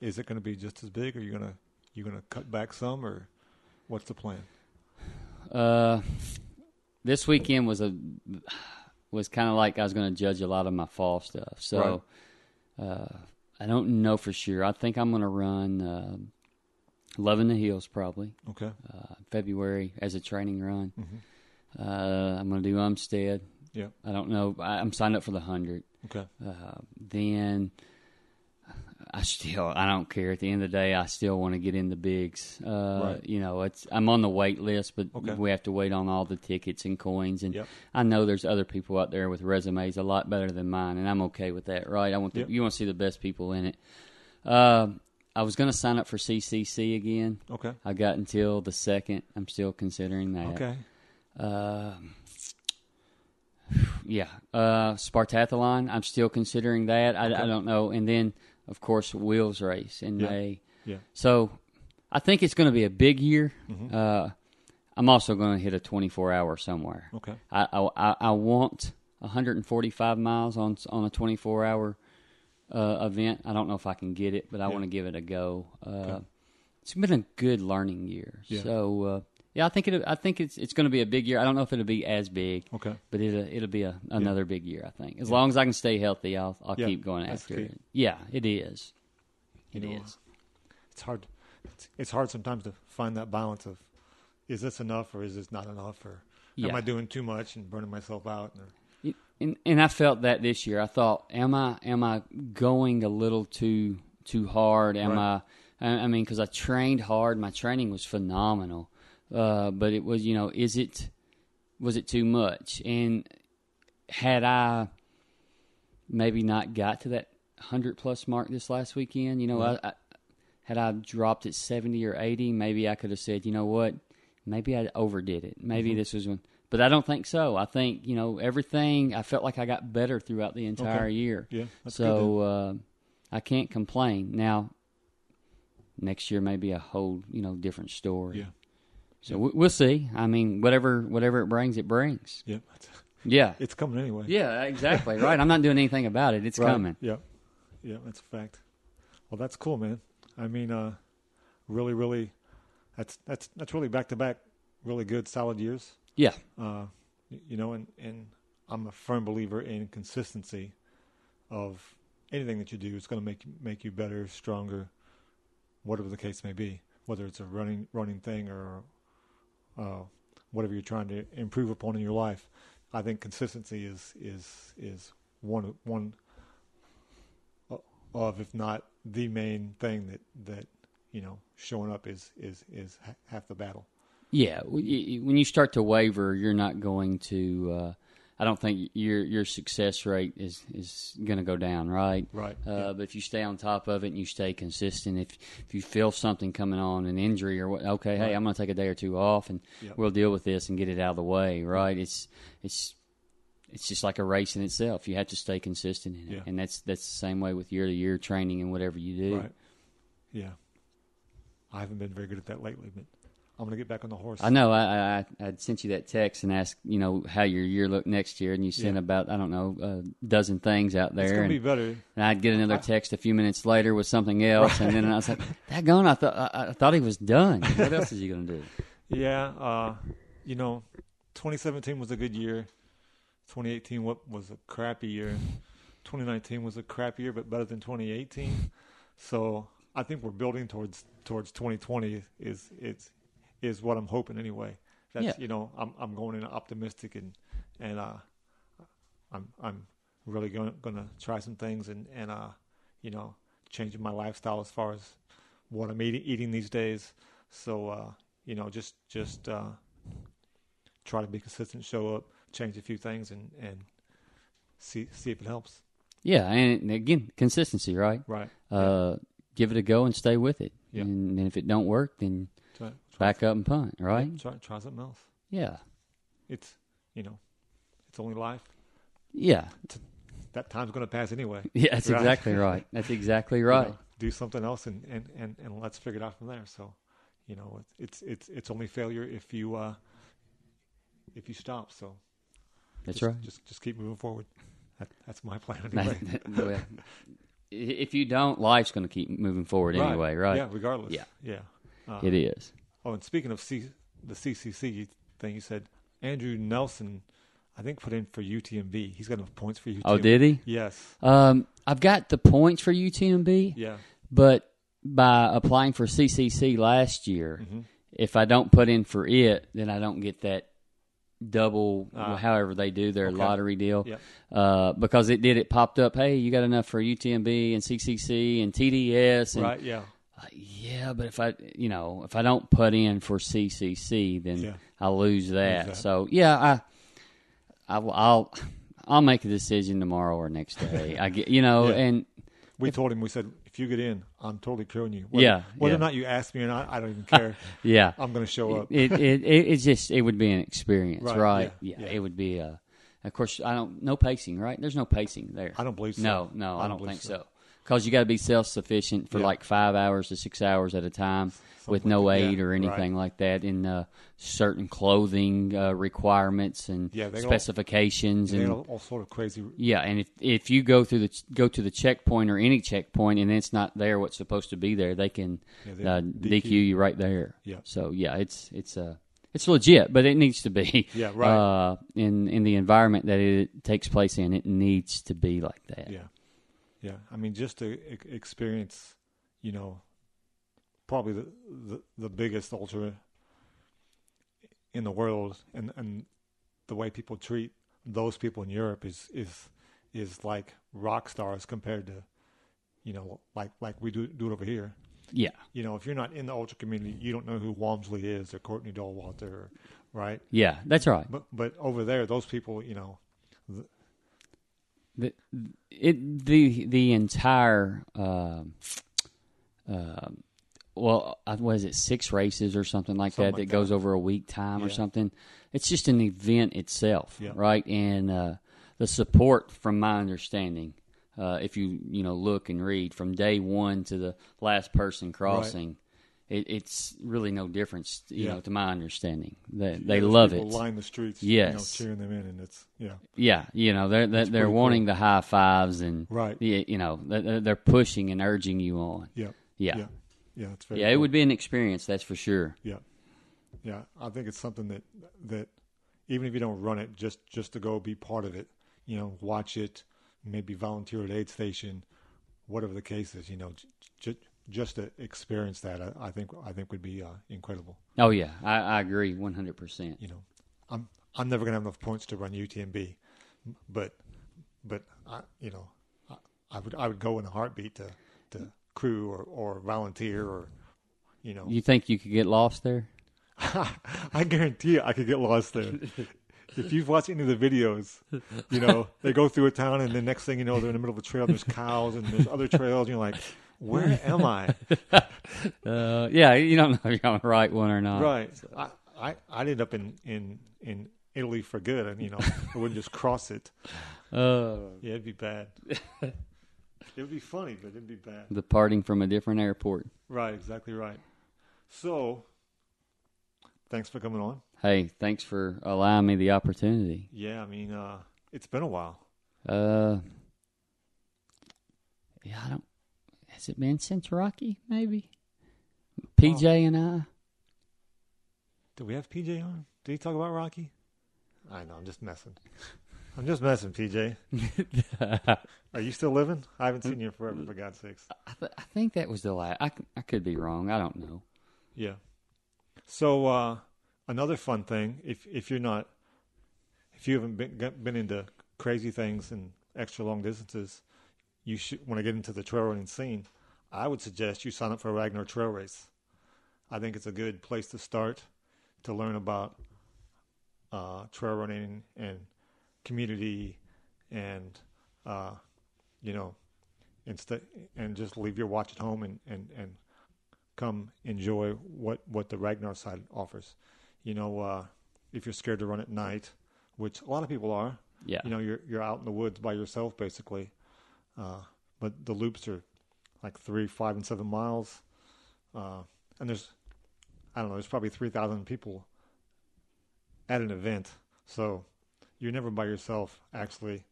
[SPEAKER 1] is it going to be just as big? Or you gonna you gonna cut back some, or what's the plan?
[SPEAKER 3] Uh, this weekend was a was kind of like I was going to judge a lot of my fall stuff. So uh, I don't know for sure. I think I'm going to run uh, Loving the Hills probably.
[SPEAKER 1] Okay. Mm-hmm.
[SPEAKER 3] uh, February as a training run. Uh, I'm going to do Umstead.
[SPEAKER 1] Yeah.
[SPEAKER 3] I don't know. I, I'm signed up for the 100.
[SPEAKER 1] Okay.
[SPEAKER 3] Uh, then I still, I don't care. At the end of the day, I still want to get in the bigs. Uh,
[SPEAKER 1] Right.
[SPEAKER 3] You know, it's I'm on the wait list, but
[SPEAKER 1] Okay.
[SPEAKER 3] we have to wait on all the tickets and coins. And
[SPEAKER 1] Yep.
[SPEAKER 3] I know there's other people out there with resumes a lot better than mine, and I'm okay with that, right? I want the,
[SPEAKER 1] Yep.
[SPEAKER 3] you want to see the best people in it. Uh, I was going to sign up for CCC again.
[SPEAKER 1] Okay.
[SPEAKER 3] I got until the second. I'm still considering that.
[SPEAKER 1] Okay.
[SPEAKER 3] Um, yeah. Uh, Spartathlon. I'm still considering that. I, I don't know. And then, of course, wheels race in
[SPEAKER 1] Yeah.
[SPEAKER 3] May.
[SPEAKER 1] Yeah. Mm-hmm.
[SPEAKER 3] So, I think it's going to be a big year. Uh, I'm also going to hit a 24 hour somewhere.
[SPEAKER 1] Okay.
[SPEAKER 3] I I, I- I want 145 miles on on a 24 hour uh, event. I don't know if I can get it, but I want to give it a go. Uh, It's been a good learning year,
[SPEAKER 1] Yeah.
[SPEAKER 3] so uh, yeah, I think it. I think it's it's going to be a big year. I don't know if it'll be as big,
[SPEAKER 1] Okay.
[SPEAKER 3] but it'll it'll be a, another big year. I think as long as I can stay healthy, I'll I'll
[SPEAKER 1] Yeah,
[SPEAKER 3] keep going
[SPEAKER 1] that's
[SPEAKER 3] after
[SPEAKER 1] key.
[SPEAKER 3] it. Yeah, it is. It is.
[SPEAKER 1] know, It's hard. It's, it's hard sometimes to find that balance of is this enough or is this not enough or
[SPEAKER 3] Yeah.
[SPEAKER 1] am I doing too much and burning myself out? Or,
[SPEAKER 3] and and I felt that this year. I thought, am I am I going a little too too hard? Am
[SPEAKER 1] Right.
[SPEAKER 3] I? I I mean, because I trained hard. My training was phenomenal, uh, but it was you know, is it was it too much? And had I maybe not got to that hundred plus mark this last weekend, you know, I, I had I dropped at seventy or eighty, maybe I could have said, you know what, maybe I overdid it.
[SPEAKER 1] Mm-hmm.
[SPEAKER 3] Maybe this was when, but I don't think so. I think you know everything. I felt like I got better throughout the entire
[SPEAKER 1] Okay.
[SPEAKER 3] year.
[SPEAKER 1] Yeah, that's good
[SPEAKER 3] so uh, I can't complain now. Next year may be a whole you know different story.
[SPEAKER 1] Yeah.
[SPEAKER 3] So we- we'll see. I mean, whatever whatever it brings, it brings.
[SPEAKER 1] Yeah,
[SPEAKER 3] Yeah.
[SPEAKER 1] it's coming anyway.
[SPEAKER 3] Yeah, exactly. Right. I'm not doing anything about it. It's
[SPEAKER 1] Right.
[SPEAKER 3] coming.
[SPEAKER 1] Yeah, yeah, that's a fact. Well, that's cool, man. I mean, uh, really, really, that's that's that's really back to back, really good, solid years.
[SPEAKER 3] Yeah.
[SPEAKER 1] Uh, y- you know, and and I'm a firm believer in consistency of anything that you do. It's going to make you- make you better, stronger, whatever the case may be. Whether it's a running running thing or uh, whatever you're trying to improve upon in your life, I think consistency is is is one one of, if not the main thing that that you know showing up is is is ha- half the battle.
[SPEAKER 3] Yeah. w- y- y- When you start to waver, you're not going to. Uh, I don't think your your success rate is is going to go down. Right.
[SPEAKER 1] Right.
[SPEAKER 3] Uh, But if you stay on top of it and you stay consistent, if if you feel something coming on, an injury or what, okay, hey,
[SPEAKER 1] Right.
[SPEAKER 3] I'm going to take a day or two off and
[SPEAKER 1] Yeah.
[SPEAKER 3] we'll deal with this and get it out of the way. Right? It's it's it's just like a race in itself. You have to stay consistent in it,
[SPEAKER 1] Yeah.
[SPEAKER 3] and that's that's the same way with year to year training and whatever you do.
[SPEAKER 1] Right. Yeah. I haven't been very good at that lately, but I'm gonna get back on the horse.
[SPEAKER 3] I know. I, I I sent you that text and asked you know how your year looked next year, and you sent
[SPEAKER 1] Yeah.
[SPEAKER 3] about I don't know a dozen things out
[SPEAKER 1] It's
[SPEAKER 3] there,
[SPEAKER 1] gonna
[SPEAKER 3] and,
[SPEAKER 1] be better.
[SPEAKER 3] and I'd get
[SPEAKER 1] Uh-huh.
[SPEAKER 3] another text a few minutes later with something else, and then I was like, "That gone." I thought I, I thought he was done. What else is he going to do?
[SPEAKER 1] Yeah. Uh, you know, 2017 was a good year. 2018 what was a crappy year. 2019 was a crappy year, but better than 2018. So I think we're building towards towards 2020 is it's is what I'm hoping anyway. That's
[SPEAKER 3] Yeah.
[SPEAKER 1] you know I'm I'm going in optimistic and and uh, I'm I'm really going gonna try some things and and uh, you know changing my lifestyle as far as what I'm eating eating these days. So uh, you know just just uh, try to be consistent, show up, change a few things, and and see see if it helps.
[SPEAKER 3] Yeah, and again, consistency, right?
[SPEAKER 1] Right.
[SPEAKER 3] Uh, give it a go and stay with it,
[SPEAKER 1] Yeah.
[SPEAKER 3] and then if it don't work, then
[SPEAKER 1] Try,
[SPEAKER 3] back up and punt, right?
[SPEAKER 1] try try something else.
[SPEAKER 3] Yeah,
[SPEAKER 1] It's you know it's only life.
[SPEAKER 3] yeah,
[SPEAKER 1] That time's gonna pass anyway.
[SPEAKER 3] yeah. That's
[SPEAKER 1] Right.
[SPEAKER 3] exactly right. That's exactly
[SPEAKER 1] you
[SPEAKER 3] right.
[SPEAKER 1] know, do something else and, and, and, and let's figure it out from there. So, you know, it's, it's, it's only failure if you, uh, if you stop. So
[SPEAKER 3] That's
[SPEAKER 1] just,
[SPEAKER 3] right.
[SPEAKER 1] Just, just keep moving forward. That, that's my plan anyway.
[SPEAKER 3] well, i- if you don't, life's going to keep moving forward anyway, right?
[SPEAKER 1] Yeah. Regardless.
[SPEAKER 3] Yeah.
[SPEAKER 1] Yeah. Uh,
[SPEAKER 3] It is.
[SPEAKER 1] oh, and speaking of C, the CCC thing, you said Andrew Nelson, I think put in for UTMB. He's got enough points for UTMB.
[SPEAKER 3] Oh, did he?
[SPEAKER 1] Yes.
[SPEAKER 3] Um, I've got the points for UTMB,
[SPEAKER 1] Yeah.
[SPEAKER 3] but by applying for CCC last year,
[SPEAKER 1] Mm-hmm.
[SPEAKER 3] if I don't put in for it, then I don't get that double,
[SPEAKER 1] Ah.
[SPEAKER 3] however they do their
[SPEAKER 1] Okay.
[SPEAKER 3] lottery deal.
[SPEAKER 1] Yeah.
[SPEAKER 3] Uh, because it did, it popped up. Hey, you got enough for UTMB and CCC and TDS and
[SPEAKER 1] Right. Yeah.
[SPEAKER 3] Uh, yeah, but if I, you know, if I don't put in for CCC, then
[SPEAKER 1] Yeah.
[SPEAKER 3] I lose that.
[SPEAKER 1] that.
[SPEAKER 3] So yeah, I, I will- I'll, I'll make a decision tomorrow or next day. I get, you know,
[SPEAKER 1] Yeah.
[SPEAKER 3] and
[SPEAKER 1] We told him, we said, if you get in, I'm totally crewing you. Whether,
[SPEAKER 3] Yeah,
[SPEAKER 1] Whether
[SPEAKER 3] yeah.
[SPEAKER 1] or not you ask me or not, I don't even care.
[SPEAKER 3] yeah,
[SPEAKER 1] I'm going to show up.
[SPEAKER 3] it, it, it, it's just, it would be an experience, right?
[SPEAKER 1] Right,
[SPEAKER 3] Yeah,
[SPEAKER 1] yeah, yeah.
[SPEAKER 3] it would be a, of course, I don't, no pacing, right? There's no pacing there.
[SPEAKER 1] I don't believe so.
[SPEAKER 3] No, no, I
[SPEAKER 1] I
[SPEAKER 3] don't,
[SPEAKER 1] don't believe
[SPEAKER 3] think so.
[SPEAKER 1] so.
[SPEAKER 3] Because you got to be self sufficient for
[SPEAKER 1] Yeah.
[SPEAKER 3] like five hours to six hours at a time with
[SPEAKER 1] like
[SPEAKER 3] no
[SPEAKER 1] that.
[SPEAKER 3] aid
[SPEAKER 1] Yeah,
[SPEAKER 3] or
[SPEAKER 1] right.
[SPEAKER 3] anything like that, and uh, certain clothing uh, requirements and
[SPEAKER 1] Yeah, they don't-
[SPEAKER 3] specifications.
[SPEAKER 1] They
[SPEAKER 3] and
[SPEAKER 1] got all, all sort of crazy.
[SPEAKER 3] yeah, and if if you go through the go to the checkpoint or any checkpoint and it's not there what's supposed to be there, they can
[SPEAKER 1] Yeah, they
[SPEAKER 3] uh, DQ,
[SPEAKER 1] DQ.
[SPEAKER 3] you right there.
[SPEAKER 1] Yeah.
[SPEAKER 3] So yeah, it's it's uh it's legit, but it needs to be.
[SPEAKER 1] Yeah, right.
[SPEAKER 3] Uh, in in the environment that it takes place in, it needs to be like that.
[SPEAKER 1] Yeah, yeah. I mean, just to e- experience, you know, probably the the, the biggest ultra in the world, and and the way people treat those people in Europe is is is like rock stars compared to, you know, like like we do do it over here.
[SPEAKER 3] yeah.
[SPEAKER 1] You know, if you're not in the ultra community, you don't know who Walmsley is or Courtney Dolwater or, right?
[SPEAKER 3] Yeah, that's right.
[SPEAKER 1] But but over there, those people, you know,
[SPEAKER 3] The it the the entire uh, uh, well, uh, what is it? Six races or something like
[SPEAKER 1] Something
[SPEAKER 3] that
[SPEAKER 1] like
[SPEAKER 3] that goes over a week time or
[SPEAKER 1] Yeah.
[SPEAKER 3] something. It's just an event itself,
[SPEAKER 1] Yeah.
[SPEAKER 3] right? And uh, the support, from my understanding, uh, if you you know look and read from day one to the last person crossing. It, it's really no difference, you
[SPEAKER 1] Yeah.
[SPEAKER 3] know, to my understanding. They, they
[SPEAKER 1] those
[SPEAKER 3] love it.
[SPEAKER 1] people Line the streets,
[SPEAKER 3] Yes.
[SPEAKER 1] you know, cheering them in, and it's yeah,
[SPEAKER 3] Yeah, you know they're they're, they're
[SPEAKER 1] pretty
[SPEAKER 3] wanting the high fives and
[SPEAKER 1] Right.
[SPEAKER 3] Yeah, you know they're- they're, they're pushing and urging you on.
[SPEAKER 1] yeah,
[SPEAKER 3] Yeah,
[SPEAKER 1] yeah,
[SPEAKER 3] yeah,
[SPEAKER 1] yeah. It's very
[SPEAKER 3] it
[SPEAKER 1] cool.
[SPEAKER 3] would be an experience, that's for sure.
[SPEAKER 1] Yeah, yeah. I think it's something that that even if you don't run it, just just to go be part of it, you know, watch it, maybe volunteer at aid station, whatever the case is, you know, j- j- just to experience that, I, I think I think would be uh, incredible.
[SPEAKER 3] Oh yeah, I, I agree one hundred percent.
[SPEAKER 1] You know, I'm I'm never gonna have enough points to run UTMB, but but I you know I, I would I would go in a heartbeat to to crew or or volunteer or you know
[SPEAKER 3] You think you could get lost there?
[SPEAKER 1] I guarantee you I could get lost there. If you've watched any of the videos, you know, they go through a town and the next thing you know, they're in the middle of a trail. There's cows and there's other trails. And you're like, where am I?
[SPEAKER 3] Uh, yeah, you don't know if you're on the right one or not.
[SPEAKER 1] Right. I, I, I ended up in, in, in Italy for good. And, you know, I wouldn't just cross it.
[SPEAKER 3] Uh,
[SPEAKER 1] Yeah, it'd be bad. It would be funny, but it'd be bad.
[SPEAKER 3] the parting from a different airport.
[SPEAKER 1] Right. Exactly right. So thanks for coming on.
[SPEAKER 3] Hey, thanks for allowing me the opportunity.
[SPEAKER 1] Yeah. I mean, uh, it's been a while.
[SPEAKER 3] Uh, yeah, I don't. Has it been since Rocky? Maybe PJ and I.
[SPEAKER 1] Did we have PJ on? Did he talk about Rocky? I know. I'm just messing. I'm just messing, PJ. Are you still living? I haven't seen you forever, for God's sakes.
[SPEAKER 3] I, th- I think that was the last. I, c- I could be wrong. I don't know.
[SPEAKER 1] Yeah. So uh, another fun thing, if if you're not, if you haven't been got- been into crazy things and extra long distances, you should want to get into the trail running scene. I would suggest you sign up for a Ragnar Trail Race. I think it's a good place to start to learn about uh, trail running and community, and uh, you know, instead and just leave your watch at home and and and come enjoy what what the Ragnar side offers. You know, uh, if you're scared to run at night, which a lot of people are,
[SPEAKER 3] Yeah.
[SPEAKER 1] you know, you're you're out in the woods by yourself basically. Uh, but the loops are like three, five, and seven miles, uh, and there's I don't know, there's probably three thousand people at an event, so you're never by yourself actually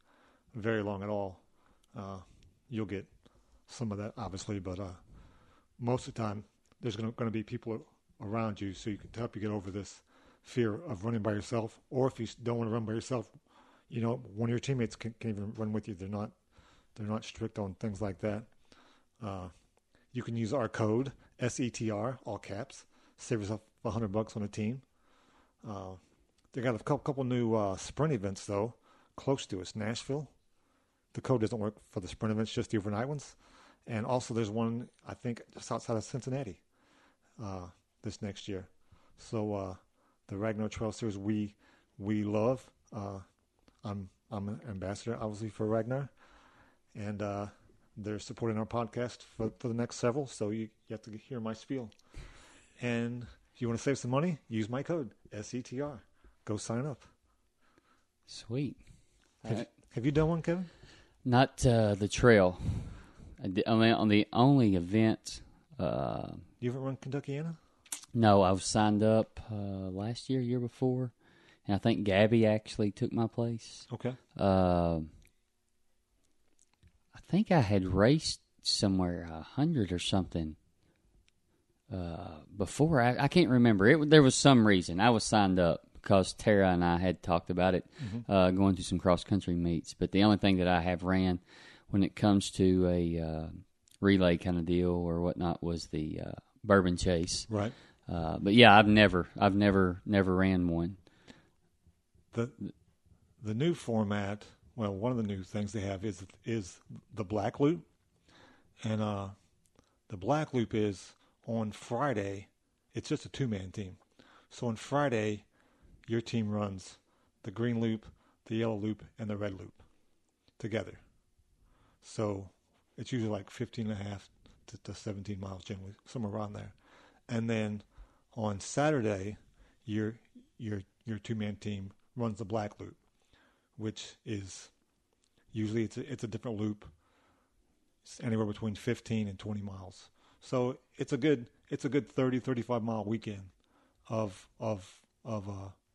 [SPEAKER 1] very long at all. Uh, you'll get some of that obviously, but uh, most of the time there's going to be people around you so you can to help you get over this fear of running by yourself or if you s- don't want to run by yourself you know one of your teammates can, can even run with you they're not they're not strict on things like that uh, you can use our code setr all caps save yourself 100 bucks on a team uh, they got a couple, couple new uh, sprint events though close to us nashville the code doesn't work for the sprint events just the overnight ones and also there's one I think just outside of Cincinnati uh, this next year. So uh, the Ragnar Trail Series we we love. Uh, I'm I'm an ambassador obviously for Ragnar, and uh, they're supporting our podcast for, for the next several. So you, you have to hear my spiel. And if you want to save some money, use my code SETR. Go sign up.
[SPEAKER 3] Sweet.
[SPEAKER 1] Have, have you done one, Kevin?
[SPEAKER 3] Not uh, the trail. I di- I mean, on the only event. Uh,
[SPEAKER 1] You haven't run Kentuckiana?
[SPEAKER 3] no, I was signed up uh, last year, year before, and I think Gabby actually took my place.
[SPEAKER 1] Okay.
[SPEAKER 3] Uh, I think I had raced somewhere a hundred or something uh, before. I, I can't remember. It there was some reason I was signed up because Tara and I had talked about it uh, going to some cross country meets. But the only thing that I have ran when it comes to a uh, relay kind of deal or whatnot was the uh, Bourbon Chase.
[SPEAKER 1] Right.
[SPEAKER 3] Uh, but yeah, I've never, I've never, never ran one.
[SPEAKER 1] the the new format. Well, one of the new things they have is is the black loop, and uh, the black loop is on Friday. It's just a two man team, so on Friday your team runs the green loop, the yellow loop, and the red loop together. So it's usually like 15 and a half to, to 17 miles generally, somewhere around there. And then on Saturday, your your your two man team runs the black loop, which is usually it's a, it's a different loop, it's anywhere between 15 and 20 miles. So it's a good it's a good 30 35 mile weekend of of of uh,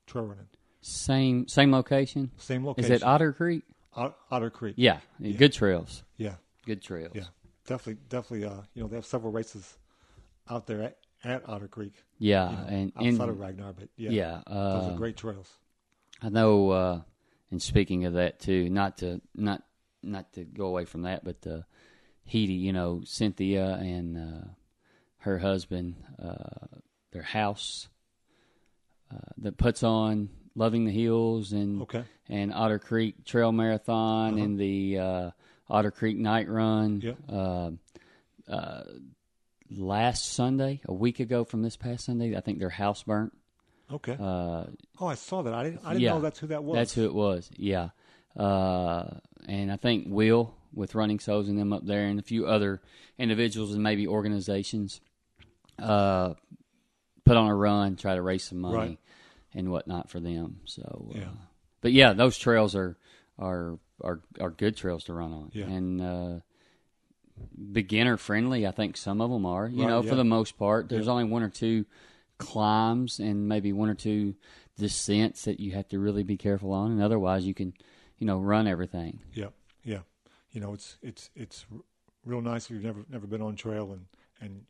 [SPEAKER 1] trail running.
[SPEAKER 3] Same same location.
[SPEAKER 1] Same
[SPEAKER 3] Is
[SPEAKER 1] location,
[SPEAKER 3] it Otter Creek?
[SPEAKER 1] Ot- Otter Creek?
[SPEAKER 3] Yeah, good trails.
[SPEAKER 1] yeah.
[SPEAKER 3] Good trails.
[SPEAKER 1] Yeah, definitely, definitely. Uh, you know, they have several races out there at, at Otter Creek,
[SPEAKER 3] Yeah,
[SPEAKER 1] you know,
[SPEAKER 3] Uh, and and-
[SPEAKER 1] outside of Ragnar, but yeah,
[SPEAKER 3] yeah,
[SPEAKER 1] those
[SPEAKER 3] uh,
[SPEAKER 1] are great trails.
[SPEAKER 3] I know. Uh, and speaking of that too, not to not not to go away from that, but uh, Hedy, you know, Cynthia and uh, her husband, uh, their house uh, that puts on loving the hills and
[SPEAKER 1] Okay,
[SPEAKER 3] and Otter Creek Trail Marathon and the uh, Otter Creek Night Run.
[SPEAKER 1] Uh-huh. Yep.
[SPEAKER 3] Uh, uh, last Sunday, a week ago from this past Sunday, I think their house burnt.
[SPEAKER 1] okay.
[SPEAKER 3] Uh,
[SPEAKER 1] oh, I saw that. I didn't. I didn't
[SPEAKER 3] yeah.
[SPEAKER 1] know that's who that was.
[SPEAKER 3] that's who it was. Yeah. Uh, and I think Will with Running Souls and them up there, and a few other individuals and maybe organizations, uh, put on a run, try to raise some money
[SPEAKER 1] Right.
[SPEAKER 3] and whatnot for them. So, uh,
[SPEAKER 1] Yeah.
[SPEAKER 3] but yeah, those trails are are are are good trails to run on,
[SPEAKER 1] Yeah.
[SPEAKER 3] and uh, beginner friendly. I think some of them are, you
[SPEAKER 1] Right,
[SPEAKER 3] know,
[SPEAKER 1] yeah.
[SPEAKER 3] for the most part. There's only one or two climbs and maybe one or two descents that you have to really be careful on, and otherwise you can, you know, run everything.
[SPEAKER 1] Yeah, yeah. You know, it's it's it's r- real nice if you've never never been on trail and and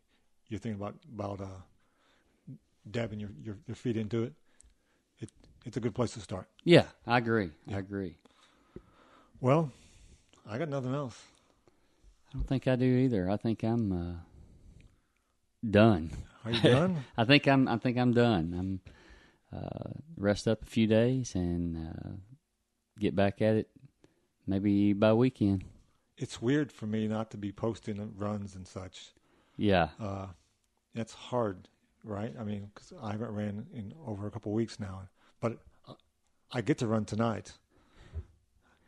[SPEAKER 1] you're thinking about about uh, dabbing your, your your feet into it. It it's a good place to start.
[SPEAKER 3] Yeah, I agree. I agree.
[SPEAKER 1] Well, I got nothing else.
[SPEAKER 3] I don't think I do either. I think I'm uh, done.
[SPEAKER 1] Are you done?
[SPEAKER 3] I think I'm. I think I'm done. I'm uh, rest up a few days and uh, get back at it. Maybe by weekend.
[SPEAKER 1] it's weird for me not to be posting runs and such.
[SPEAKER 3] Yeah,
[SPEAKER 1] uh, that's hard, right? I mean, 'cause I haven't ran in over a couple weeks now, but I- I get to run tonight.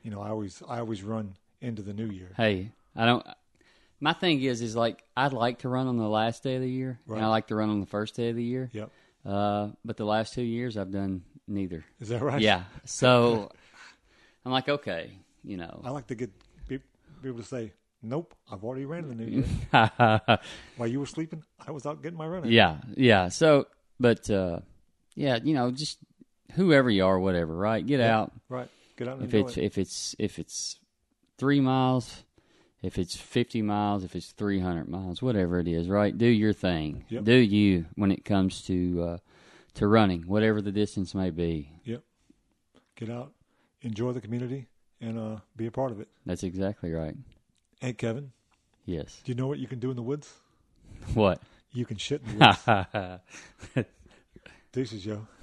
[SPEAKER 1] You know, I always I always run into the new year.
[SPEAKER 3] hey i don't my thing is is like i'd like to run on the last day of the year
[SPEAKER 1] Right.
[SPEAKER 3] and i like to run on the first day of the year
[SPEAKER 1] Yep,
[SPEAKER 3] uh, but the last two years i've done neither
[SPEAKER 1] is that right?
[SPEAKER 3] yeah so i'm like okay you know
[SPEAKER 1] I like to get be, be able to say, "Nope, I've already ran in the new year." While you were sleeping, I was out getting my running.
[SPEAKER 3] yeah yeah so but uh, yeah you know just whoever you are whatever right get out
[SPEAKER 1] Right, get out and
[SPEAKER 3] if
[SPEAKER 1] enjoy
[SPEAKER 3] it's
[SPEAKER 1] it.
[SPEAKER 3] if it's if it's three miles if it's 50 miles if it's 300 miles whatever it is right do your thing
[SPEAKER 1] Yep.
[SPEAKER 3] do you when it comes to uh, to running whatever the distance may be
[SPEAKER 1] Yep, get out, enjoy the community, and uh, be a part of it.
[SPEAKER 3] that's exactly right
[SPEAKER 1] Hey, Kevin,
[SPEAKER 3] yes
[SPEAKER 1] do you know what you can do in the woods?
[SPEAKER 3] what
[SPEAKER 1] You can shit in the woods. Deuces, yo.